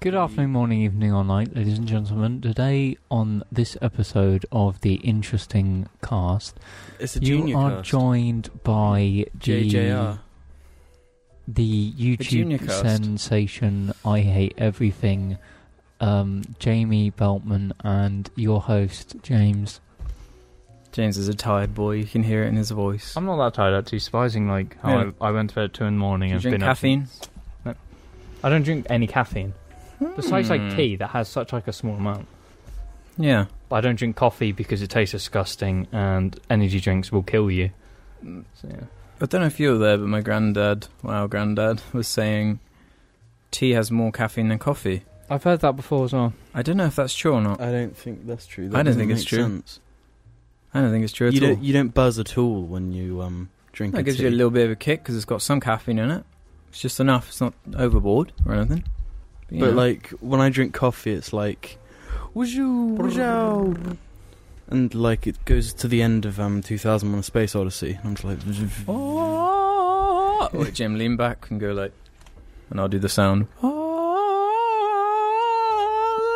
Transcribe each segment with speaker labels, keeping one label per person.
Speaker 1: Good afternoon, morning, evening, or night, ladies and gentlemen. Today, on this episode of the Interesting Cast,
Speaker 2: It's a
Speaker 1: you
Speaker 2: junior
Speaker 1: are
Speaker 2: cast.
Speaker 1: joined by the,
Speaker 2: JJR.
Speaker 1: the
Speaker 2: junior
Speaker 1: YouTube
Speaker 2: cast.
Speaker 1: sensation I Hate Everything, um, Jamie Beltman, and your host, James.
Speaker 2: James is a tired boy. You can hear it in his voice.
Speaker 3: I'm not that tired actually. Surprising, like how
Speaker 2: Really?
Speaker 3: I, I went to bed at two in the morning
Speaker 2: Do you
Speaker 3: and
Speaker 2: drink
Speaker 3: been
Speaker 2: caffeine?
Speaker 3: Up. I don't drink any caffeine besides
Speaker 2: Hmm.
Speaker 3: like tea that has such like a small amount.
Speaker 2: Yeah.
Speaker 3: But I don't drink coffee because it tastes disgusting and energy drinks will kill you.
Speaker 2: Mm.
Speaker 3: So, yeah.
Speaker 2: I don't know if you were there, but my granddad, well, our granddad, was saying tea has more caffeine than coffee.
Speaker 3: I've heard that before as well.
Speaker 2: I don't know if that's true or not.
Speaker 4: I don't think that's true.
Speaker 2: I
Speaker 4: That
Speaker 2: don't think
Speaker 4: doesn't
Speaker 2: it's
Speaker 4: make
Speaker 2: true
Speaker 4: sense.
Speaker 2: I don't think it's true at
Speaker 4: You
Speaker 2: all.
Speaker 4: don't, you don't buzz at all when you um, drink
Speaker 2: that
Speaker 4: a
Speaker 2: gives
Speaker 4: tea.
Speaker 2: you a little bit of a kick because it's got some caffeine in it. It's just enough. It's not overboard or anything. you
Speaker 4: But
Speaker 2: know.
Speaker 4: like when I drink coffee, it's like, wajoo, wajoo. And like it goes to the end of um 2001: A Space Odyssey. I'm just like,
Speaker 2: Oh, wait, Jim, lean back and go like, and I'll do the sound.
Speaker 3: Oh.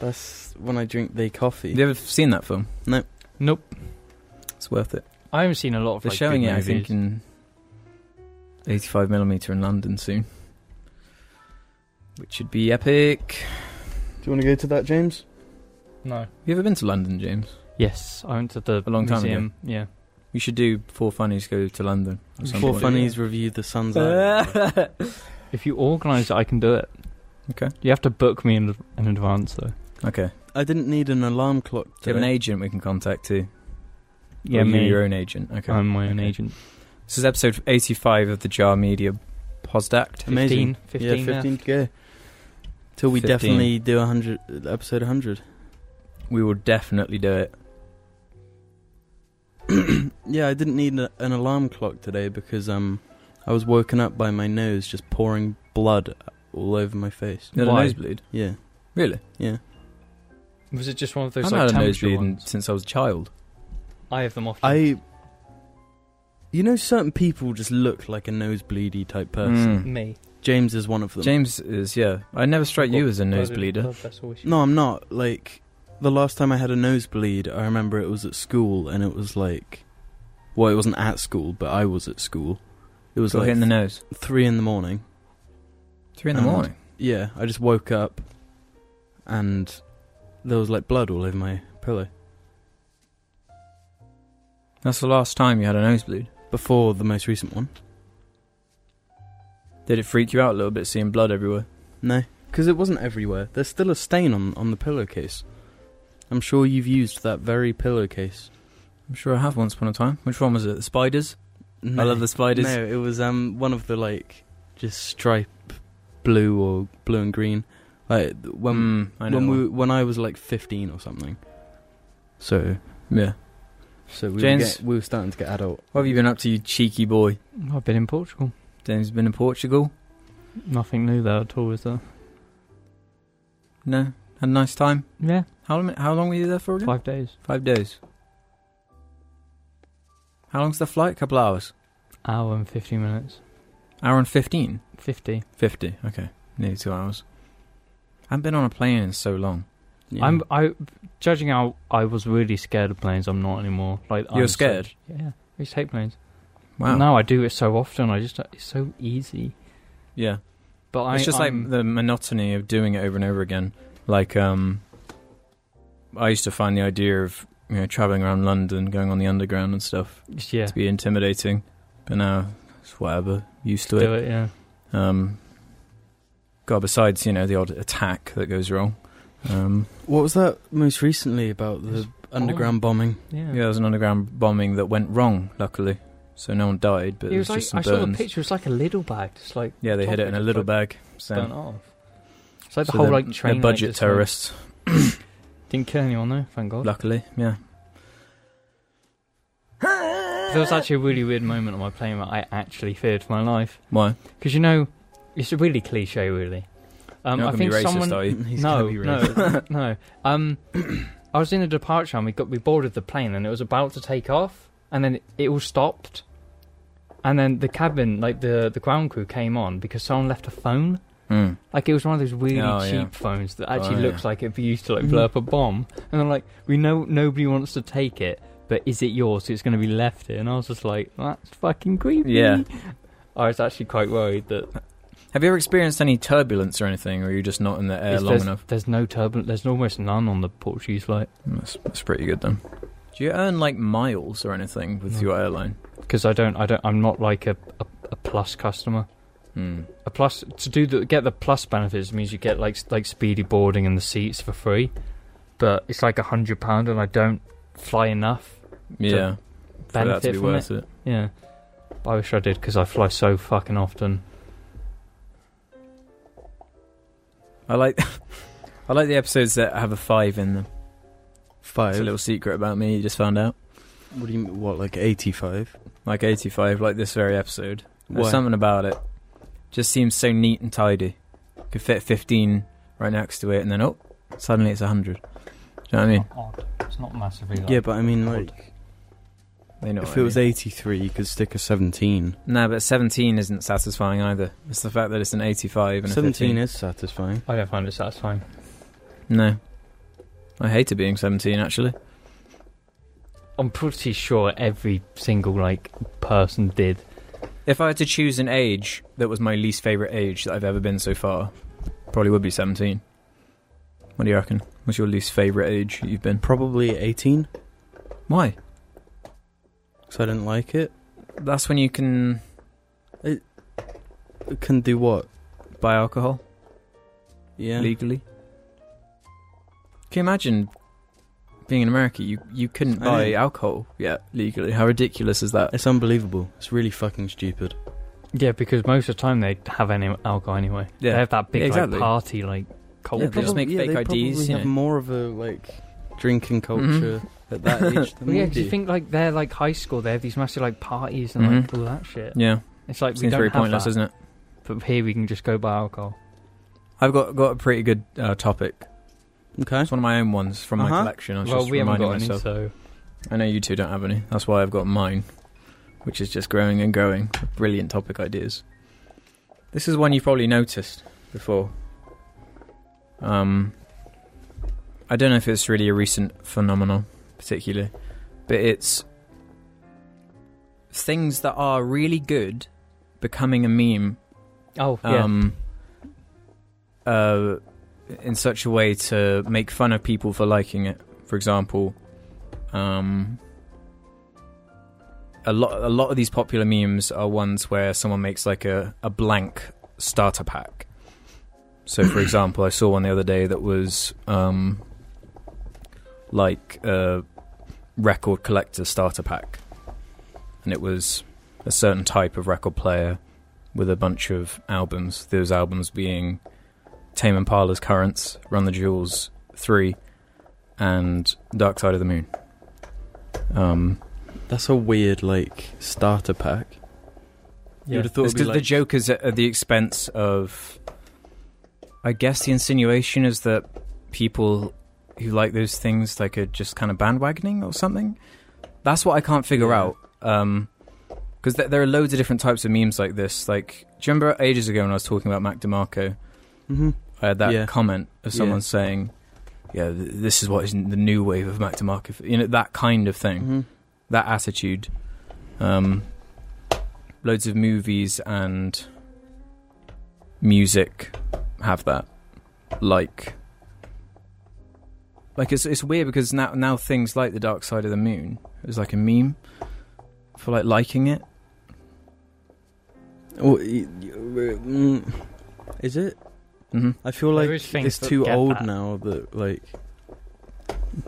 Speaker 4: that's when I drink the coffee.
Speaker 2: Have you ever seen that film?
Speaker 3: Nope.
Speaker 2: It's worth it.
Speaker 3: I haven't seen a lot of
Speaker 2: They're
Speaker 3: like,
Speaker 2: showing
Speaker 3: good
Speaker 2: it, I think,
Speaker 3: movies.
Speaker 2: in 85mm in London soon. Which should be epic.
Speaker 4: Do you want to go to that, James?
Speaker 3: No.
Speaker 2: Have you ever been to London, James?
Speaker 3: Yes, I went to the
Speaker 2: A long time ago.
Speaker 3: museum. Yeah.
Speaker 2: You should do Four Funnies Go to London. or something.
Speaker 4: Four
Speaker 3: Yeah.
Speaker 4: funnies review the Sun's
Speaker 2: Uh.
Speaker 4: Island.
Speaker 2: I
Speaker 3: If you organise it, I can do it.
Speaker 2: Okay.
Speaker 3: You have to book me in, in advance though.
Speaker 4: I didn't need an alarm clock.
Speaker 2: Do you have an
Speaker 4: today.
Speaker 2: agent we can contact too?
Speaker 3: Yeah,
Speaker 2: or you,
Speaker 3: me.
Speaker 2: your own agent. Okay.
Speaker 3: I'm my own
Speaker 2: Okay.
Speaker 3: agent.
Speaker 2: this is episode 85 of the Jar Media Posdact.
Speaker 4: Amazing.
Speaker 3: 15,
Speaker 4: yeah,
Speaker 3: 15 now.
Speaker 4: 15 to go. Till we
Speaker 2: 15.
Speaker 4: definitely do 100 episode 100.
Speaker 2: We will definitely do it.
Speaker 4: Yeah, I didn't need a, an alarm clock today because um, I was woken up by my nose just pouring blood all over my face.
Speaker 2: You had a
Speaker 3: Why?
Speaker 2: nosebleed?
Speaker 4: Yeah,
Speaker 2: Really?
Speaker 4: yeah.
Speaker 3: Was it just one of those
Speaker 2: I've
Speaker 3: like
Speaker 2: had a
Speaker 3: temperature
Speaker 2: nosebleed in-
Speaker 3: ones?
Speaker 2: since I was a child.
Speaker 3: I have them often.
Speaker 4: I, you know, certain people just look like a nosebleedy type person.
Speaker 2: Mm.
Speaker 3: me.
Speaker 4: James is one of them.
Speaker 2: James is, yeah. I never strike you as a nosebleeder.
Speaker 4: No, I'm not. Like the last time I had a nosebleed, I remember it was at school, and it was like, well, it wasn't at school, but I was at school. It was
Speaker 2: Got hit
Speaker 4: like
Speaker 2: in the nose.
Speaker 4: three in the morning.
Speaker 2: Three in the
Speaker 4: And-
Speaker 2: morning.
Speaker 4: Yeah, I just woke up and there was like blood all over my pillow
Speaker 2: That's the last time you had a nosebleed.
Speaker 4: before the most recent one.
Speaker 2: Did it freak you out a little bit seeing blood everywhere?
Speaker 4: No, because it wasn't everywhere. There's still a stain on, on the pillowcase. I'm sure you've used that very pillowcase.
Speaker 2: I'm sure I have once upon a time. Which one was it? The spiders? I love the spiders.
Speaker 4: No, it was um one of the like just stripe blue or blue and green. Like when
Speaker 2: Mm, I know.
Speaker 4: when we when I was like 15 or something. So
Speaker 2: yeah.
Speaker 4: so we
Speaker 2: James-
Speaker 4: James, we were starting to get adult.
Speaker 2: What have you been up to, you cheeky boy?
Speaker 3: I've been in Portugal.
Speaker 2: James has been in Portugal?
Speaker 3: Nothing new there at all, is there?
Speaker 2: No? Had a nice time?
Speaker 3: Yeah,
Speaker 2: How long, how long were you there for again?
Speaker 3: five days.
Speaker 2: Five days. How long's the flight? Couple hours.
Speaker 3: Hour and 50 minutes.
Speaker 2: Hour and 15?
Speaker 3: 50.
Speaker 2: 50. Okay. Nearly two hours. I haven't been on a plane in so long.
Speaker 4: Yeah.
Speaker 3: I'm, I, judging how I was really scared of planes, I'm not anymore. Like
Speaker 2: You're
Speaker 3: I'm
Speaker 2: scared?
Speaker 3: such- yeah, I used to hate planes.
Speaker 2: Wow.
Speaker 3: Now I do it so often, I just, it's so easy.
Speaker 2: Yeah.
Speaker 3: But I,
Speaker 2: it's just
Speaker 3: I'm-
Speaker 2: like the monotony of doing it over and over again. Like, um, I used to find the idea of you know traveling around London, going on the underground and stuff,
Speaker 3: yeah,
Speaker 2: to be intimidating. But now it's whatever, used to
Speaker 3: do
Speaker 2: it.
Speaker 3: it, yeah.
Speaker 2: Um, God, besides you know the odd attack that goes wrong. Um,
Speaker 4: What was that most recently about the underground bombing?
Speaker 3: Yeah.
Speaker 2: yeah, there was an underground bombing that went wrong, luckily, so no one died, but
Speaker 3: it
Speaker 2: there
Speaker 3: was
Speaker 2: was,
Speaker 3: like,
Speaker 2: just
Speaker 3: I
Speaker 2: some
Speaker 3: saw the
Speaker 2: burns.
Speaker 3: picture, it was like a little bag, just like
Speaker 2: yeah, they hit
Speaker 3: top
Speaker 2: it in a
Speaker 3: just,
Speaker 2: little
Speaker 3: like,
Speaker 2: bag. So,
Speaker 3: burnt off. It's like the
Speaker 2: so
Speaker 3: whole
Speaker 2: they're-
Speaker 3: like
Speaker 2: they're
Speaker 3: train. like,
Speaker 2: budget
Speaker 3: just, like,
Speaker 2: terrorists,
Speaker 3: Didn't kill anyone though, thank God.
Speaker 2: luckily. Yeah.
Speaker 3: There was actually a really weird moment on my plane where I actually feared for my life.
Speaker 2: Why?
Speaker 3: Because, you know, it's really cliche, really. Um,
Speaker 2: You're
Speaker 3: I
Speaker 2: not gonna
Speaker 3: think
Speaker 2: be racist,
Speaker 3: someone.
Speaker 2: are you?
Speaker 4: He's
Speaker 3: no,
Speaker 4: gotta be racist.
Speaker 3: no, no. Um, I was in a departure and we got we boarded the plane and it was about to take off and then it, it all stopped. And then the cabin, like the, the ground crew came on because someone left a phone
Speaker 2: Mm.
Speaker 3: Like it was one of those really
Speaker 2: Oh,
Speaker 3: cheap
Speaker 2: yeah.
Speaker 3: phones that
Speaker 2: Oh,
Speaker 3: actually
Speaker 2: yeah.
Speaker 3: looks like it'd be used to like
Speaker 1: Mm.
Speaker 3: blow up a bomb. And I'm like, we know nobody wants to take it, but is it yours? So it's going to be left here. And I was just like, that's fucking creepy.
Speaker 2: Yeah.
Speaker 3: I was actually quite worried that
Speaker 2: Have you ever experienced any turbulence or anything, or are you just not in the air
Speaker 3: it's-
Speaker 2: long
Speaker 3: there's,
Speaker 2: enough?
Speaker 3: there's no turbulence. There's almost none on the Portuguese flight
Speaker 2: That's, that's pretty good then. Do you earn like miles or anything with
Speaker 3: No.
Speaker 2: your airline?
Speaker 3: because I don't. I don't. I'm not like a, a, a plus customer.
Speaker 2: Mm.
Speaker 3: A plus to do the, get the plus benefits means you get like like speedy boarding and the seats for free, but it's like a hundred pound, and I don't fly enough.
Speaker 2: Yeah, for that to
Speaker 3: benefit
Speaker 2: be
Speaker 3: from
Speaker 2: worth it.
Speaker 3: Yeah. I wish I did because I fly so fucking often.
Speaker 2: I like, I like the episodes that have a five in them. It's a
Speaker 4: Five.
Speaker 2: little secret about me you just found out.
Speaker 4: What do you mean? What, like 85?
Speaker 2: Like eighty-five, like this very episode. There's
Speaker 4: Why?
Speaker 2: something about it. Just seems so neat and tidy. Could fit 15 right next to it, and then, oh, suddenly it's 100. Do you know what I mean?
Speaker 3: odd. Oh, It's not massively.
Speaker 4: Yeah, but I mean, like,
Speaker 2: They know
Speaker 4: if
Speaker 2: what
Speaker 4: it
Speaker 2: I
Speaker 4: was
Speaker 2: mean.
Speaker 4: 83, you could stick a 17.
Speaker 2: No, but 17 isn't satisfying either. It's the fact that it's an 85 and
Speaker 4: 17
Speaker 2: a
Speaker 4: is satisfying.
Speaker 3: I don't find it satisfying.
Speaker 2: 15. No. I hated being 17, actually.
Speaker 3: I'm pretty sure every single like person did.
Speaker 2: If I had to choose an age that was my least favourite age that I've ever been so far, probably would be 17. What do you reckon? What's your least favourite age you've been?
Speaker 4: Probably 18,
Speaker 2: Why?
Speaker 4: because I didn't like it.
Speaker 2: That's when you can
Speaker 4: It can do what?
Speaker 2: buy alcohol.
Speaker 4: Yeah.
Speaker 2: legally. Can you imagine being in America? You you couldn't
Speaker 4: I
Speaker 2: buy
Speaker 4: know.
Speaker 2: alcohol yet legally. How ridiculous is that?
Speaker 4: It's unbelievable. It's really fucking stupid.
Speaker 3: Yeah, because most of the time they have any alcohol anyway.
Speaker 2: Yeah.
Speaker 3: They have that big
Speaker 2: Yeah, exactly.
Speaker 3: like, party like culture.
Speaker 2: Yeah, they just make
Speaker 4: yeah,
Speaker 2: fake
Speaker 4: they
Speaker 2: IDs,
Speaker 4: Probably
Speaker 2: you
Speaker 4: have
Speaker 2: know.
Speaker 4: more of a like drinking culture at that age. Than
Speaker 3: Well, yeah,
Speaker 4: we
Speaker 3: 'cause you
Speaker 4: do.
Speaker 3: think like they're like high school. They have these massive like parties and like all that shit.
Speaker 2: Yeah,
Speaker 3: It's like we
Speaker 2: Mm-hmm. seems
Speaker 3: don't
Speaker 2: very
Speaker 3: have
Speaker 2: pointless,
Speaker 3: that,
Speaker 2: isn't it?
Speaker 3: but here we can just go buy alcohol.
Speaker 2: I've got got a pretty good uh, topic.
Speaker 4: Okay.
Speaker 2: It's one of my own ones from my
Speaker 4: Uh-huh.
Speaker 2: collection. I was
Speaker 3: well,
Speaker 2: just
Speaker 3: we haven't
Speaker 2: reminding
Speaker 3: got any,
Speaker 2: myself.
Speaker 3: so
Speaker 2: I know you two don't have any. That's why I've got mine, which is just growing and growing. with Brilliant topic ideas. This is one you've probably noticed before. Um, I don't know if it's really a recent phenomenon, particularly, but it's things that are really good becoming a meme
Speaker 3: oh yeah,
Speaker 2: um, uh, in such a way to make fun of people for liking it. For example, um, a lot a lot of these popular memes are ones where someone makes like a, a blank starter pack. So, for example, I saw one the other day that was um, like a record collector starter pack, and it was a certain type of record player with a bunch of albums. Those albums being Tame Impala's Currents, Run the Jewels 3, and Dark Side of the Moon. Um,
Speaker 4: That's a weird like starter pack. You would have thought
Speaker 2: it's
Speaker 4: it'd be
Speaker 2: 'cause the
Speaker 4: like
Speaker 2: joke is at, at the expense of. I guess the insinuation is that people who like those things like are just kind of bandwagoning or something. That's what I can't figure
Speaker 4: Yeah.
Speaker 2: out. Um 'cause because th- there are loads of different types of memes like this. Like, do you remember ages ago when I was talking about Mac DeMarco?
Speaker 4: Mhm.
Speaker 2: I had that
Speaker 4: Yeah.
Speaker 2: comment of someone
Speaker 4: Yeah.
Speaker 2: saying, "Yeah, th- this is what is the new wave of Mac to market." You know that kind of thing,
Speaker 4: Mhm.
Speaker 2: that attitude. Um, loads of movies and music have that. Like, like it's it's weird because now now things like the Dark Side of the Moon is like a meme for like liking it.
Speaker 4: Oh, y- y- mm. Is it?
Speaker 2: hmm
Speaker 4: I feel
Speaker 3: There
Speaker 4: like
Speaker 3: is things
Speaker 4: it's
Speaker 3: that
Speaker 4: too
Speaker 3: get
Speaker 4: old
Speaker 3: that.
Speaker 4: now that like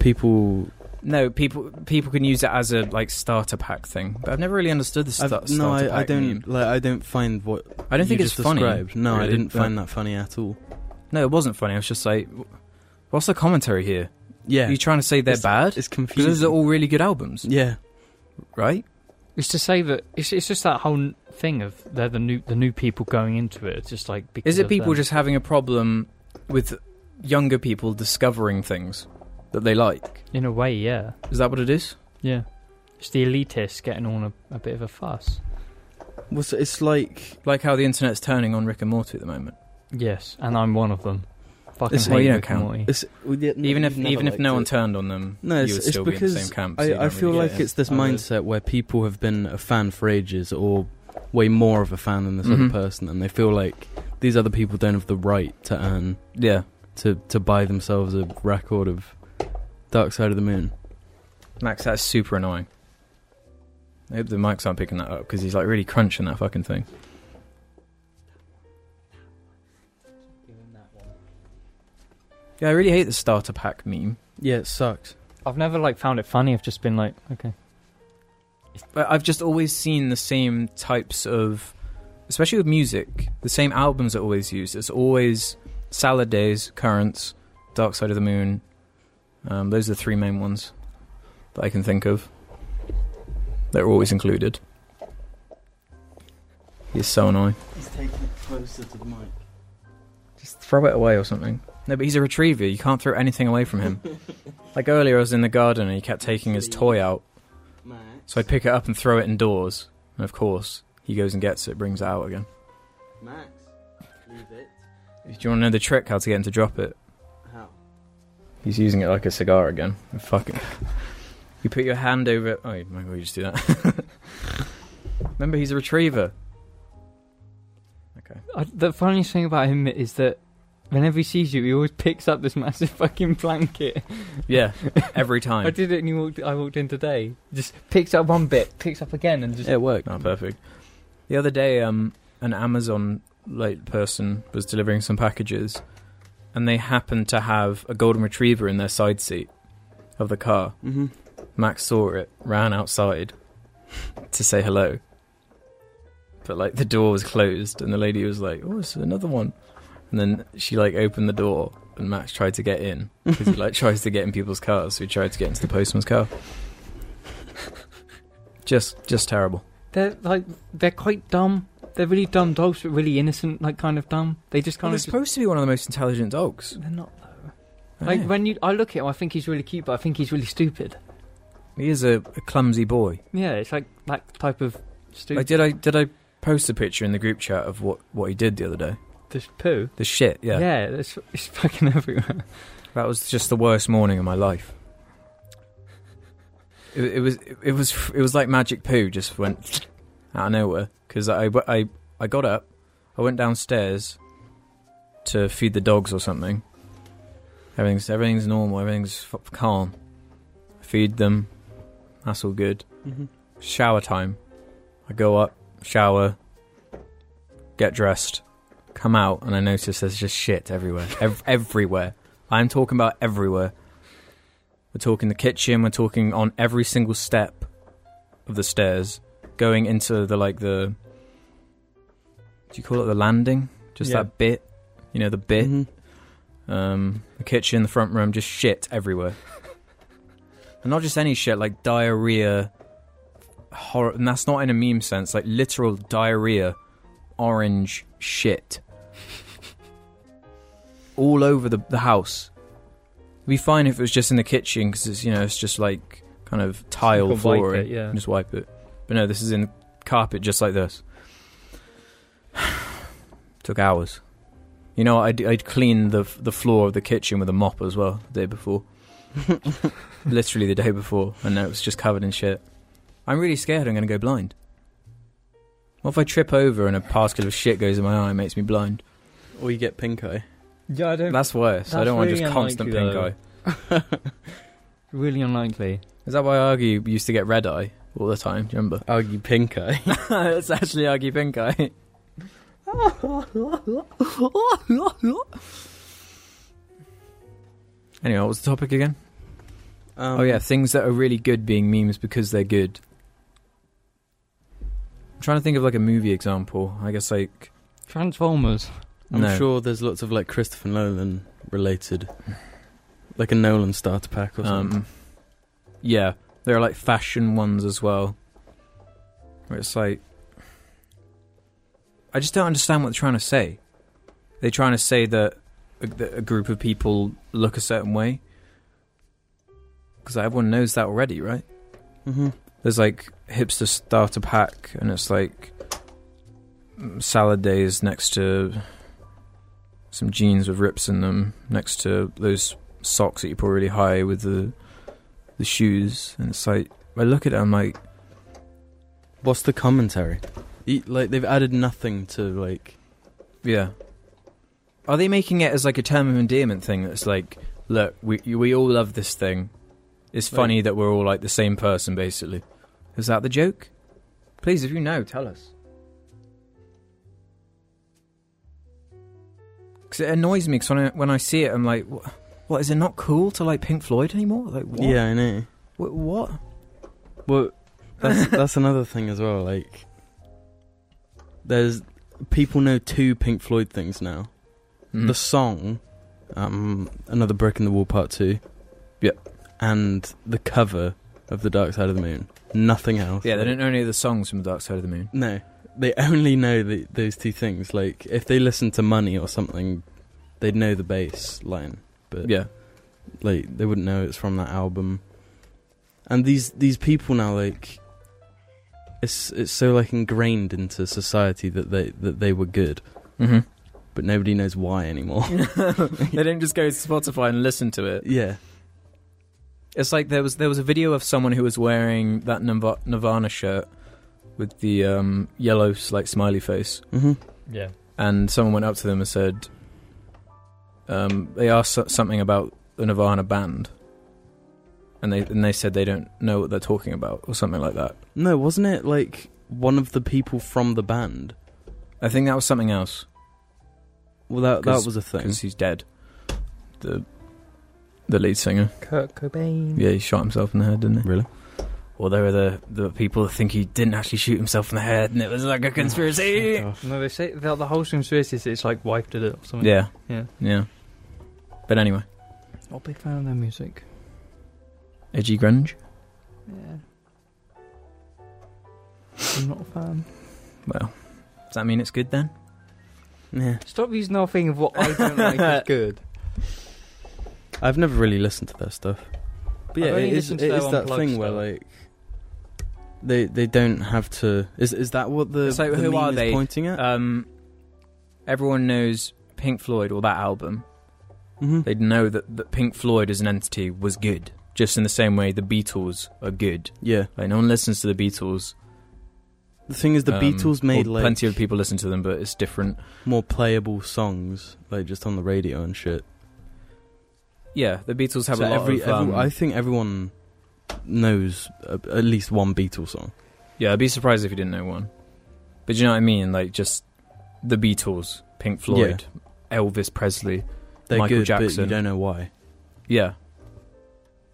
Speaker 4: people.
Speaker 2: No, people people can use it as a like starter pack thing, but I've never really understood the sta-
Speaker 4: I've,
Speaker 2: starter
Speaker 4: no,
Speaker 2: pack
Speaker 4: I, I don't
Speaker 2: meme.
Speaker 4: like. I don't find what
Speaker 2: I don't
Speaker 4: you
Speaker 2: think it's
Speaker 4: just
Speaker 2: funny.
Speaker 4: described. No, I
Speaker 2: really,
Speaker 4: didn't
Speaker 2: but-
Speaker 4: find that funny at all.
Speaker 2: No, it wasn't funny. I was just like, w- what's the commentary here?
Speaker 4: Yeah,
Speaker 2: Are you trying to say they're bad?
Speaker 4: it's
Speaker 2: Because
Speaker 4: confusing.
Speaker 2: those are all really good albums,
Speaker 4: yeah,
Speaker 2: right?
Speaker 3: It's to say that it's it's just that whole thing of they're the new the new people going into it. It's just like because
Speaker 2: Is it
Speaker 3: of
Speaker 2: people
Speaker 3: them.
Speaker 2: just having a problem with younger people discovering things that they like?
Speaker 3: in a way, yeah,
Speaker 2: Is that what it is?
Speaker 3: yeah. It's the elitists getting on a, a bit of a fuss.
Speaker 4: What's- it's like
Speaker 2: Like how the internet's turning on Rick and Morty at the moment.
Speaker 3: Yes, and I'm one of them. Fucking
Speaker 4: It's-
Speaker 3: hate
Speaker 4: well, you
Speaker 2: don't
Speaker 3: Rick and
Speaker 2: count.
Speaker 3: Morty.
Speaker 4: It's, we didn't-
Speaker 2: even if
Speaker 4: you'd never
Speaker 2: even if
Speaker 4: liked
Speaker 2: no one
Speaker 4: it.
Speaker 2: turned on them,
Speaker 4: No,
Speaker 2: you
Speaker 4: it's-
Speaker 2: would
Speaker 4: it's
Speaker 2: still be in the
Speaker 4: because
Speaker 2: same camp. so you
Speaker 4: I, I
Speaker 2: don't
Speaker 4: feel
Speaker 2: really
Speaker 4: like
Speaker 2: get
Speaker 4: it's this
Speaker 3: I would.
Speaker 4: mindset where people have been a fan for ages, or way more of a fan than this other
Speaker 2: Mhm.
Speaker 4: person, and they feel like these other people don't have the right to earn
Speaker 2: yeah,
Speaker 4: to to buy themselves a record of Dark Side of the Moon.
Speaker 2: Max, that's super annoying. I hope the mics aren't picking that up because he's like really crunching that fucking thing. Yeah, I really hate the starter pack meme.
Speaker 4: Yeah, it sucks.
Speaker 3: I've never like found it funny. I've just been like, okay,
Speaker 2: But I've just always seen the same types of, especially with music, the same albums are always used. It's always Salad Days, Currents, Dark Side of the Moon. Um, those are the three main ones that I can think of. They're always included. He's so annoying.
Speaker 4: He's taking it closer to the mic.
Speaker 2: Just throw it away or something. No, but he's a retriever. You can't throw anything away from him. like earlier, I was in the garden and he kept taking his toy out. So I'd pick it up and throw it indoors. And of course, he goes and gets it, brings it out again.
Speaker 4: Max, leave it.
Speaker 2: Do you want to know the trick how to get him to drop it?
Speaker 4: How?
Speaker 2: He's using it like a cigar again. Fucking. you put your hand over it. Oh my god, you just do that. Remember, he's a retriever. Okay.
Speaker 3: I, the funniest thing about him is that whenever he sees you, he always picks up this massive fucking blanket.
Speaker 2: Yeah, every
Speaker 3: I
Speaker 2: time.
Speaker 3: did it, and he walked. I walked in today. Just picks up one bit, picks up again, and just
Speaker 4: Yeah, it worked.
Speaker 2: Not Oh, perfect. The other day, um, an Amazon like person was delivering some packages, and they happened to have a golden retriever in their side seat of the car.
Speaker 4: Mm-hmm.
Speaker 2: Max saw it, ran outside to say hello. But like the door was closed and the lady was like, "Oh, it's another one." And then she like opened the door and Max tried to get in because he like tries to get in people's cars. So he tried to get into the postman's car. just, just terrible.
Speaker 3: they're like they're quite dumb. They're really dumb dogs, but really innocent, like kind of dumb. They just kind
Speaker 2: they're
Speaker 3: of. just-
Speaker 2: supposed to be one of the most intelligent dogs.
Speaker 3: they're not though. Like when you, I look at him, I think he's really cute, but I think he's really stupid.
Speaker 2: he is a, a clumsy boy.
Speaker 3: Yeah, it's like that type of stupid.
Speaker 2: Like, did I did I post a picture in the group chat of what what he did the other day?
Speaker 3: this poo.
Speaker 2: The shit, yeah.
Speaker 3: yeah, it's, it's fucking everywhere.
Speaker 2: That was just the worst morning of my life. It, it was it was it was like magic poo just went out of nowhere because I, I I got up, I went downstairs to feed the dogs or something. Everything's everything's normal, everything's f- calm. Feed them, that's all good.
Speaker 4: Mm-hmm.
Speaker 2: Shower time. I go up, shower, get dressed, come out, and I notice there's just shit everywhere. Ev- everywhere. I'm talking about everywhere. We're talking the kitchen, we're talking on every single step of the stairs, going into the like the do you call it the landing? Just
Speaker 4: Yeah.
Speaker 2: that bit. You know, the bit. Um, the kitchen, the front room, just shit everywhere. and not just any shit, like diarrhea, horror, and that's not in a meme sense, like literal diarrhea, orange shit. All over the, the house. It'd be fine if it was just in the kitchen, because it's, you know, it's just like kind of tile
Speaker 3: Like a white
Speaker 2: flooring.
Speaker 3: bit, yeah.
Speaker 2: and Just wipe it. But no, this is in carpet, just like this. Took hours. You know, I'd, I'd clean the the floor of the kitchen with a mop as well the day before. Literally the day before, and it was just covered in shit. I'm really scared I'm going to go blind. What if I trip over and a particle of shit goes in my eye and makes me blind?
Speaker 4: Or you get pink eye.
Speaker 3: Yeah, I don't.
Speaker 2: That's worse. I
Speaker 3: That's
Speaker 2: don't want
Speaker 3: really
Speaker 2: just constant
Speaker 3: unlikely,
Speaker 2: pink
Speaker 3: though.
Speaker 2: eye.
Speaker 3: really unlikely.
Speaker 2: Is that why Argy used to get red eye all the time? Do you remember?
Speaker 4: Argue Oh, pink eye.
Speaker 2: it's actually Argy pink eye. anyway, what was the topic again?
Speaker 4: Um,
Speaker 2: oh yeah, things that are really good being memes because they're good. I'm trying to think of like a movie example. I guess like
Speaker 3: Transformers.
Speaker 4: I'm
Speaker 2: no.
Speaker 4: sure there's lots of like Christopher Nolan related, like a Nolan starter pack or something.
Speaker 2: Um, yeah, there are like fashion ones as well. Where it's like, I just don't understand what they're trying to say. They're trying to say that a, that a group of people look a certain way because everyone knows that already, right? mm.
Speaker 4: mm-hmm.
Speaker 2: There's like hipster starter pack, and it's like mm, salad days next to some jeans with rips in them next to those socks that you pull really high with the the shoes and it's like I look at it I'm like
Speaker 4: What's the commentary? E- Like they've added nothing to like.
Speaker 2: yeah are they making it as like a term of endearment thing that's like look we we all love this thing it's funny that we're all like the same person basically is that the joke please if you know tell us because it annoys me because when I, when I see it I'm like what, what is it not cool to like Pink Floyd anymore like what
Speaker 4: Yeah, I know.
Speaker 2: Wh- what
Speaker 4: Well, that's that's another thing as well. Like, there's people know two Pink Floyd things now.
Speaker 2: Mm.
Speaker 4: The song, um, another brick in the wall, part two.
Speaker 2: Yep.
Speaker 4: And the cover of the Dark Side of the Moon. Nothing else.
Speaker 2: Yeah, they don't know any of the songs from the Dark Side of the Moon.
Speaker 4: No, they only know the, those two things. Like, if they listen to Money or something, they'd know the bass line. But
Speaker 2: Yeah,
Speaker 4: like they wouldn't know it's from that album and these these people now like it's it's so like ingrained into society that they that they were good
Speaker 2: mm-hmm.
Speaker 4: but nobody knows why anymore
Speaker 2: they don't just go to Spotify and listen to it.
Speaker 4: yeah
Speaker 2: It's like there was there was a video of someone who was wearing that Nirva- Nirvana shirt with the um, yellow like smiley face,
Speaker 4: mm-hmm.
Speaker 3: Yeah.
Speaker 2: and someone went up to them and said, um, they asked so- something about the Nirvana band, and they and they said they don't know what they're talking about or something like that.
Speaker 4: no wasn't it like one of the people from the band
Speaker 2: I think that was something else
Speaker 4: well that that
Speaker 2: 'Cause-
Speaker 4: was a thing
Speaker 2: because he's dead. The the lead singer,
Speaker 3: Kurt Cobain.
Speaker 2: yeah, he shot himself in the head, didn't he?
Speaker 4: really
Speaker 2: Or there were the, the people that think he didn't actually shoot himself in the head and it was like a conspiracy.
Speaker 3: No, they say the, the whole conspiracy is it's like wife did it or something.
Speaker 2: yeah,
Speaker 3: Yeah.
Speaker 2: yeah. But anyway,
Speaker 3: Not a big fan of their music.
Speaker 2: edgy grunge.
Speaker 3: Yeah. I'm not a fan.
Speaker 2: Well, does that mean it's good then?
Speaker 4: yeah
Speaker 3: Stop using our thing of what I don't like is good.
Speaker 4: i've never really listened to their stuff but
Speaker 3: I've
Speaker 4: yeah
Speaker 3: only
Speaker 4: it is,
Speaker 3: listened
Speaker 4: it
Speaker 3: to their
Speaker 4: is that
Speaker 3: unplugged
Speaker 4: thing where
Speaker 3: stuff.
Speaker 4: like they they don't have to is is that what the,
Speaker 2: It's like,
Speaker 4: the
Speaker 2: who
Speaker 4: meme
Speaker 2: are
Speaker 4: is
Speaker 2: they?
Speaker 4: pointing at
Speaker 2: Um, everyone knows Pink Floyd or that album.
Speaker 4: mm-hmm.
Speaker 2: They'd know that, that Pink Floyd as an entity was good. Just in the same way the Beatles are good.
Speaker 4: yeah
Speaker 2: Like, no one listens to the Beatles.
Speaker 4: The thing is, the
Speaker 2: um,
Speaker 4: Beatles made
Speaker 2: or
Speaker 4: like
Speaker 2: Plenty of people listen to them, but it's different.
Speaker 4: more playable songs, like just on the radio and shit.
Speaker 2: Yeah, the Beatles have
Speaker 4: So
Speaker 2: a lot
Speaker 4: every,
Speaker 2: of... Um,
Speaker 4: every- I think everyone knows a, at least one Beatles song.
Speaker 2: Yeah, I'd be surprised if you didn't know one. But you know what I mean? Like just the Beatles, Pink Floyd, Elvis Presley.
Speaker 4: They're
Speaker 2: Michael
Speaker 4: good, but you
Speaker 2: Jackson.
Speaker 4: don't know why.
Speaker 2: Yeah,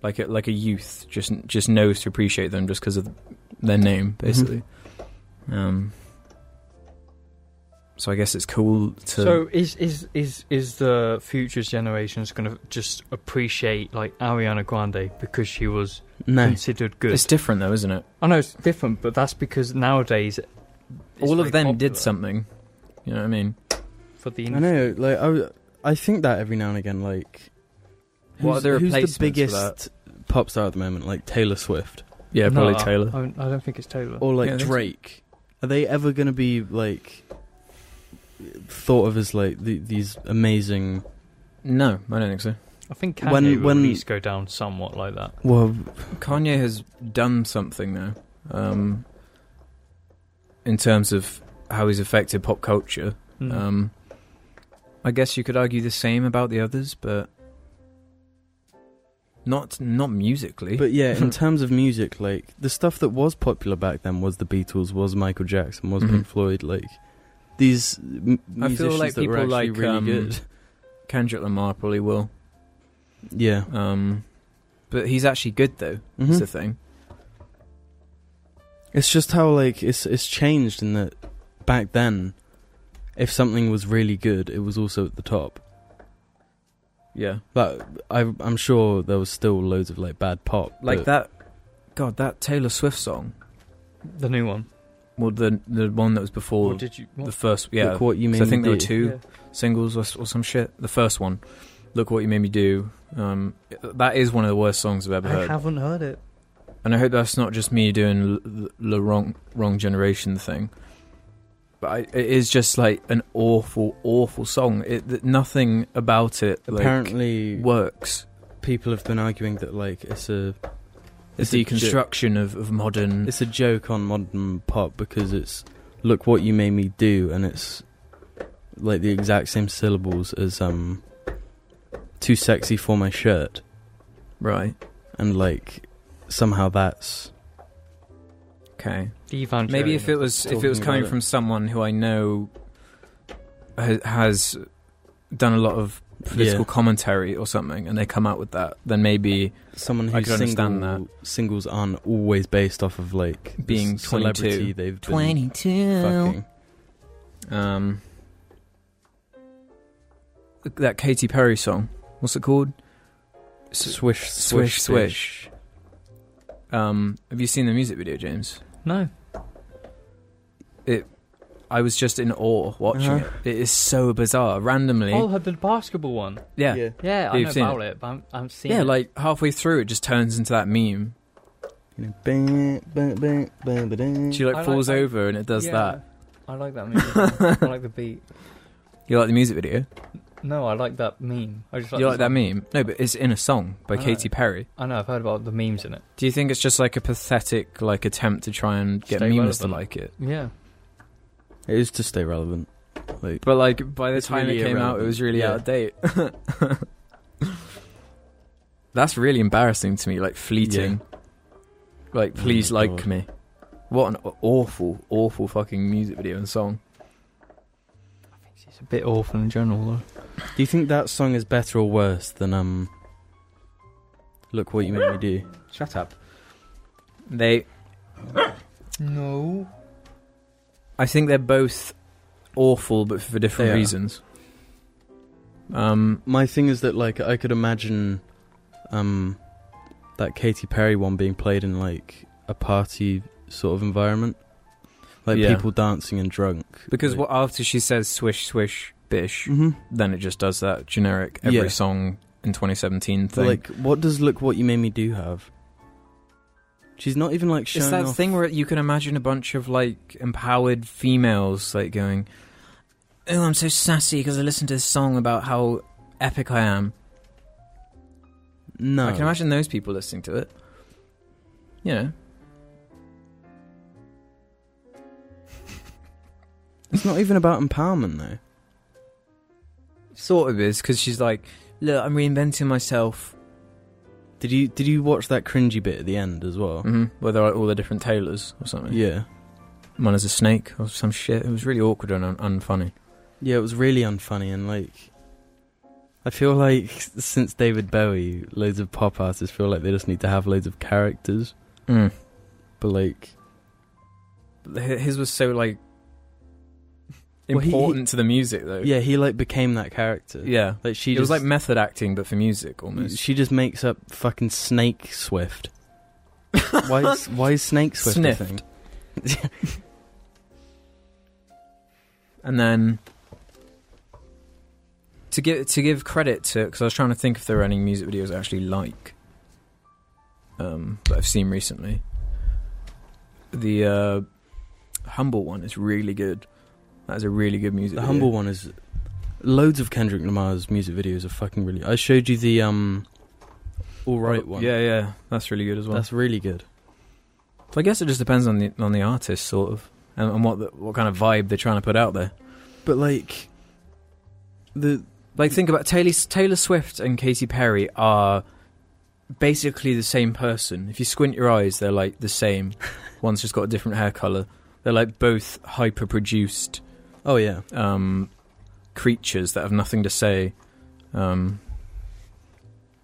Speaker 2: like a, like a youth just just knows to appreciate them just because of their name, basically. Um, so I guess it's cool to.
Speaker 3: So is is is is the future generations going to just appreciate like Ariana Grande because she was
Speaker 4: No,
Speaker 3: considered good?
Speaker 2: it's different though, isn't it?
Speaker 3: I know it's different, but that's because nowadays it's
Speaker 2: All
Speaker 3: very
Speaker 2: of them
Speaker 3: popular
Speaker 2: did something. You know what I mean?
Speaker 3: for the
Speaker 4: I know. Like I, w- I think that every now and again, like
Speaker 2: What
Speaker 4: who's-
Speaker 2: are the
Speaker 4: who's
Speaker 2: replacements
Speaker 4: the
Speaker 2: for
Speaker 4: biggest pop star at the moment? Like Taylor Swift
Speaker 2: Yeah, probably
Speaker 3: No, I-
Speaker 2: Taylor.
Speaker 3: I, I don't think it's Taylor.
Speaker 4: or like
Speaker 2: Yeah, I think so.
Speaker 4: Drake. Are they ever going to be like thought of as like the, these amazing?
Speaker 2: no, I don't think so.
Speaker 3: I think Kanye
Speaker 4: when-
Speaker 3: when,
Speaker 4: when-
Speaker 3: when these go down somewhat like that.
Speaker 4: Well,
Speaker 2: Kanye has done something now, um, in terms of how he's affected pop culture.
Speaker 3: Mm.
Speaker 2: Um, I guess you could argue the same about the others, but not not musically.
Speaker 4: But yeah, in terms of music, like the stuff that was popular back then was the Beatles, was Michael Jackson, was
Speaker 2: Mhm.
Speaker 4: Pink Floyd. Like these m-
Speaker 2: I
Speaker 4: musicians
Speaker 2: feel like
Speaker 4: that were
Speaker 2: people
Speaker 4: actually
Speaker 2: like
Speaker 4: really
Speaker 2: um,
Speaker 4: good.
Speaker 2: Kendrick Lamar probably will.
Speaker 4: Yeah,
Speaker 2: Um, but he's actually good though.
Speaker 4: Mhm.
Speaker 2: Is the thing.
Speaker 4: it's just how like it's it's changed in that back then, if something was really good, it was also at the top.
Speaker 2: Yeah,
Speaker 4: But I, I'm sure there was still loads of like bad pop.
Speaker 2: like
Speaker 4: but
Speaker 2: that. God, that Taylor Swift song.
Speaker 3: the new one.
Speaker 2: Well, the the one that was before
Speaker 3: Or did you?
Speaker 2: the
Speaker 3: What?
Speaker 2: first. Yeah,
Speaker 4: Look what you
Speaker 2: 'Cause
Speaker 4: mean.
Speaker 2: I think there were
Speaker 4: do.
Speaker 2: two.
Speaker 3: Yeah.
Speaker 2: singles or, s- or some shit. The first one, "Look What You Made Me Do," um, that is one of the worst songs I've ever
Speaker 3: I
Speaker 2: heard.
Speaker 3: haven't heard it.
Speaker 2: and I hope that's not just me doing l- l- the wrong wrong generation thing. But I, it is just like an awful, awful song. It, th- nothing about it like,
Speaker 4: Apparently,
Speaker 2: works.
Speaker 4: people have been arguing that like it's a
Speaker 2: The
Speaker 4: a jo-
Speaker 2: deconstruction of, of modern.
Speaker 4: It's a joke on modern pop because it's look what you made me do, and it's like the exact same syllables as um, too sexy for my shirt,
Speaker 2: Right.
Speaker 4: and like somehow that's
Speaker 2: Okay.
Speaker 3: The Evangeline.
Speaker 2: Maybe if it was if it was
Speaker 4: Talking
Speaker 2: coming
Speaker 4: about it.
Speaker 2: from someone who I know ha- has done a lot of political
Speaker 4: Yeah.
Speaker 2: commentary or something, and they come out with that, then maybe
Speaker 4: someone
Speaker 2: I
Speaker 4: whose
Speaker 2: could understand
Speaker 4: single, singles aren't always based off of like the
Speaker 2: Being
Speaker 4: c- celebrity
Speaker 2: 22.
Speaker 4: they've been
Speaker 2: twenty two.
Speaker 4: fucking.
Speaker 2: Um, that Katy Perry song. What's it called? S-
Speaker 4: Swish,
Speaker 2: Swish,
Speaker 4: swish,
Speaker 2: swish. Um, have you seen the music video, James?
Speaker 3: No.
Speaker 2: I was just in awe watching
Speaker 4: Uh-huh.
Speaker 2: it. It is so bizarre. Randomly,
Speaker 3: Oh, the basketball one.
Speaker 2: yeah. yeah.
Speaker 4: yeah.
Speaker 3: Yeah,
Speaker 2: Yeah,
Speaker 3: I
Speaker 2: you've
Speaker 3: know
Speaker 2: seen
Speaker 3: about it, but I'm, I'm seeing. it.
Speaker 2: like halfway through, it just turns into that meme.
Speaker 4: You know, bang, bang, bang, bang, bang.
Speaker 2: She
Speaker 3: Mm, I
Speaker 2: like
Speaker 3: like
Speaker 2: falls
Speaker 3: that.
Speaker 2: over and it does
Speaker 3: Yeah.
Speaker 2: that.
Speaker 3: I like that meme. I like the beat.
Speaker 2: You like the music video?
Speaker 3: No, I like that meme. I just like
Speaker 2: you
Speaker 3: the
Speaker 2: like that
Speaker 3: song. Uh-huh.
Speaker 2: meme? No, but it's in a song by
Speaker 3: I know.
Speaker 2: Katy Perry.
Speaker 3: I know. I've heard about the memes in it.
Speaker 2: Do you think it's just like a pathetic like attempt to try and get
Speaker 3: Stay
Speaker 2: memes to
Speaker 3: relevant.
Speaker 2: like it?
Speaker 3: Yeah.
Speaker 4: It is to stay relevant. Like
Speaker 2: But like by the
Speaker 4: It's
Speaker 2: time
Speaker 4: really
Speaker 2: it came out, it
Speaker 4: irrelevant.
Speaker 2: was really
Speaker 4: Yeah.
Speaker 2: out of date. That's really embarrassing to me. Like fleeting. Like
Speaker 4: Oh my
Speaker 2: please like
Speaker 4: God.
Speaker 2: me. What an awful, awful fucking music video and song.
Speaker 3: It's a bit awful in general, though.
Speaker 4: Do you think that song is better or worse than um? Look what you made me do.
Speaker 3: Shut up.
Speaker 2: They
Speaker 3: No.
Speaker 2: I think they're both awful, but for different
Speaker 4: They are.
Speaker 2: reasons. Um,
Speaker 4: My thing is that like I could imagine, um, that Katy Perry one being played in like a party sort of environment, like
Speaker 2: Yeah.
Speaker 4: people dancing and drunk.
Speaker 2: because
Speaker 4: like,
Speaker 2: what after she says swish swish bish,
Speaker 4: Mhm.
Speaker 2: then it just does that generic every
Speaker 4: Yeah.
Speaker 2: song in 2017
Speaker 4: But,
Speaker 2: thing.
Speaker 4: like what does "Look What You Made Me Do" have? She's not even like showing
Speaker 2: it's that
Speaker 4: off.
Speaker 2: thing where you can imagine a bunch of like empowered females like going, "Oh, I'm so sassy because I listened to this song about how epic I am."
Speaker 4: No,
Speaker 2: I can imagine those people listening to it. You know,
Speaker 4: it's not even about empowerment though.
Speaker 2: sort of is because she's like, "Look, I'm reinventing myself."
Speaker 4: Did you did you watch that cringy bit at the end as well?
Speaker 2: hmm Where there are all the different tailors or something.
Speaker 4: Yeah,
Speaker 2: One as a snake or some shit. It was really awkward and un- unfunny.
Speaker 4: Yeah, it was really unfunny and like I feel like since David Bowie, loads of pop artists feel like they just need to have loads of characters.
Speaker 2: Mm.
Speaker 4: But like
Speaker 2: His was so like
Speaker 4: Well, he-
Speaker 2: important to the music though.
Speaker 4: yeah, he like became that character.
Speaker 2: yeah.
Speaker 4: Like she
Speaker 2: it
Speaker 4: just
Speaker 2: was like method acting, but for music almost.
Speaker 4: she just makes up fucking Snake Swift. Why is why is Snake Swift a thing?
Speaker 2: Sniffed. and then to give to give credit to because I was trying to think if there were any music videos I actually like, um, that I've seen recently. The uh, humble one is really good. That is a really good music.
Speaker 4: The
Speaker 2: video.
Speaker 4: humble one is loads of Kendrick Lamar's music videos are fucking really I showed you the um All Right one.
Speaker 2: Yeah, yeah, that's really good as well.
Speaker 4: That's really good.
Speaker 2: I guess it just depends on the on the artist, sort of, and, and what the, what kind of vibe they're trying to put out there.
Speaker 4: But like the
Speaker 2: Like, think about Taylor Taylor Swift and Katy Perry are basically the same person. If you squint your eyes, they're like the same. One's just got a different hair color. They're like both hyper produced
Speaker 4: Oh yeah.
Speaker 2: um, creatures that have nothing to say, um,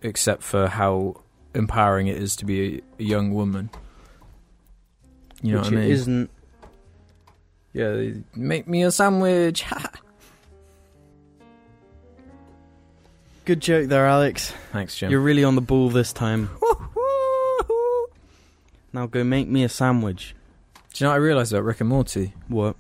Speaker 2: except for how empowering it is to be a, a young woman. You know
Speaker 4: Which
Speaker 2: what I mean?
Speaker 4: it isn't
Speaker 2: Yeah, they- make me a sandwich.
Speaker 4: Good joke there, Alex.
Speaker 2: Thanks, Jim.
Speaker 4: You're really on the ball this time. Now go make me a sandwich.
Speaker 2: Do you know what I realised about Rick and Morty?
Speaker 4: What?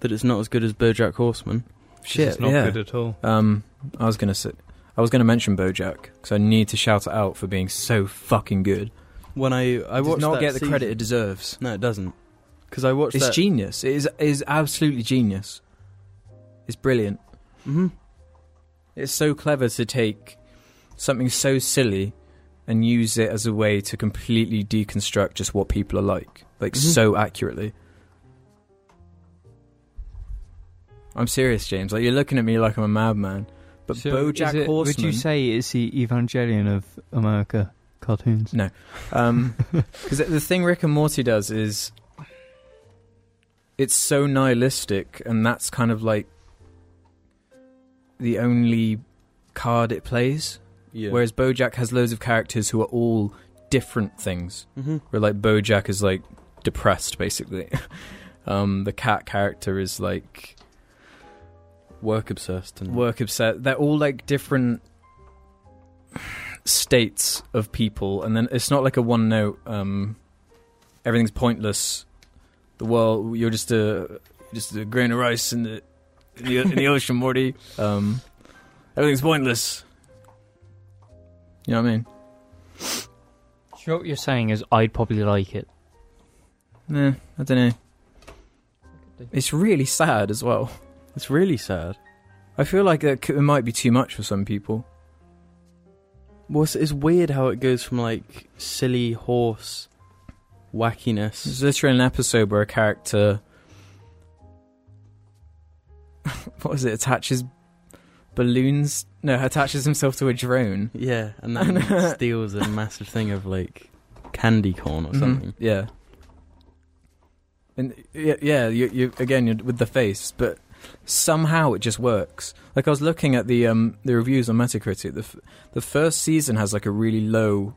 Speaker 4: That it's not as good as BoJack Horseman.
Speaker 2: Shit,
Speaker 3: it's not
Speaker 2: yeah.
Speaker 3: good at all.
Speaker 2: Um, I was gonna say, I was gonna mention BoJack because I need to shout it out for being so fucking good.
Speaker 4: When I I
Speaker 2: Does
Speaker 4: watched
Speaker 2: not
Speaker 4: that
Speaker 2: get the
Speaker 4: season-
Speaker 2: credit it deserves.
Speaker 4: No, it doesn't. because I watched
Speaker 2: It's
Speaker 4: that.
Speaker 2: genius. It is it is absolutely genius. It's brilliant.
Speaker 4: Mhm.
Speaker 2: It's so clever to take something so silly and use it as a way to completely deconstruct just what people are like, like
Speaker 4: Mhm.
Speaker 2: so accurately. I'm serious, James. Like you're looking at me like I'm a madman. But
Speaker 3: So
Speaker 2: BoJack
Speaker 5: Is it-
Speaker 2: Horseman.
Speaker 5: Would you say it's the Evangelion of America cartoons?
Speaker 2: No. Um 'cause because the thing Rick and Morty does is it's so nihilistic, and that's kind of like the only card it plays.
Speaker 4: Yeah.
Speaker 2: Whereas BoJack has loads of characters who are all different things.
Speaker 4: Mhm.
Speaker 2: Where like BoJack is like depressed, basically. um, the cat character is like
Speaker 4: work obsessed and
Speaker 2: work obsessed. They're all like different states of people, and then it's not like a one note. Um, everything's pointless. The world, you're just a just a grain of rice in the in the, in the ocean, Morty. Um, everything's pointless. You know what I mean?
Speaker 3: Sure, what you're saying is I'd probably like it.
Speaker 2: Nah, I don't know. It's really sad as well.
Speaker 4: It's really sad.
Speaker 2: I feel like it, c- it might be too much for some people.
Speaker 4: Well, it's, it's weird how it goes from like silly horse wackiness.
Speaker 2: There's literally an episode where a character, what was it, attaches balloons? No, attaches himself to a drone.
Speaker 4: Yeah, and then steals a massive thing of like candy corn or something.
Speaker 2: Mm-hmm. Yeah. And yeah, yeah you, you again you're with the face, but somehow it just works. Like I was looking at the um the reviews on Metacritic. The f- the first season has like a really low,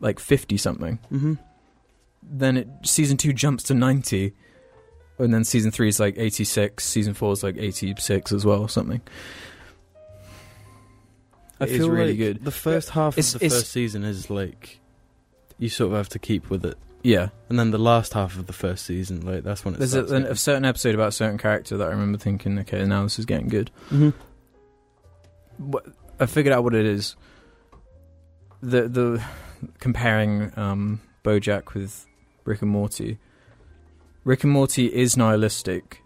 Speaker 2: like fifty something.
Speaker 4: Mm-hmm.
Speaker 2: then it season two jumps to 90 and then season three is like 86 season four is like 86 as well or something
Speaker 4: I
Speaker 2: It is
Speaker 4: feel
Speaker 2: really
Speaker 4: like
Speaker 2: good.
Speaker 4: The first half
Speaker 2: It's-
Speaker 4: of the
Speaker 2: it's-
Speaker 4: first season is like you sort of have to keep with it,
Speaker 2: yeah
Speaker 4: and then the last half of the first season, like that's when it
Speaker 2: there's a,
Speaker 4: starts.
Speaker 2: an, a certain episode about a certain character that i remember thinking okay now this is getting good
Speaker 4: mm-hmm.
Speaker 2: What- i figured out what it is the the comparing um bojack with rick and morty rick and morty is nihilistic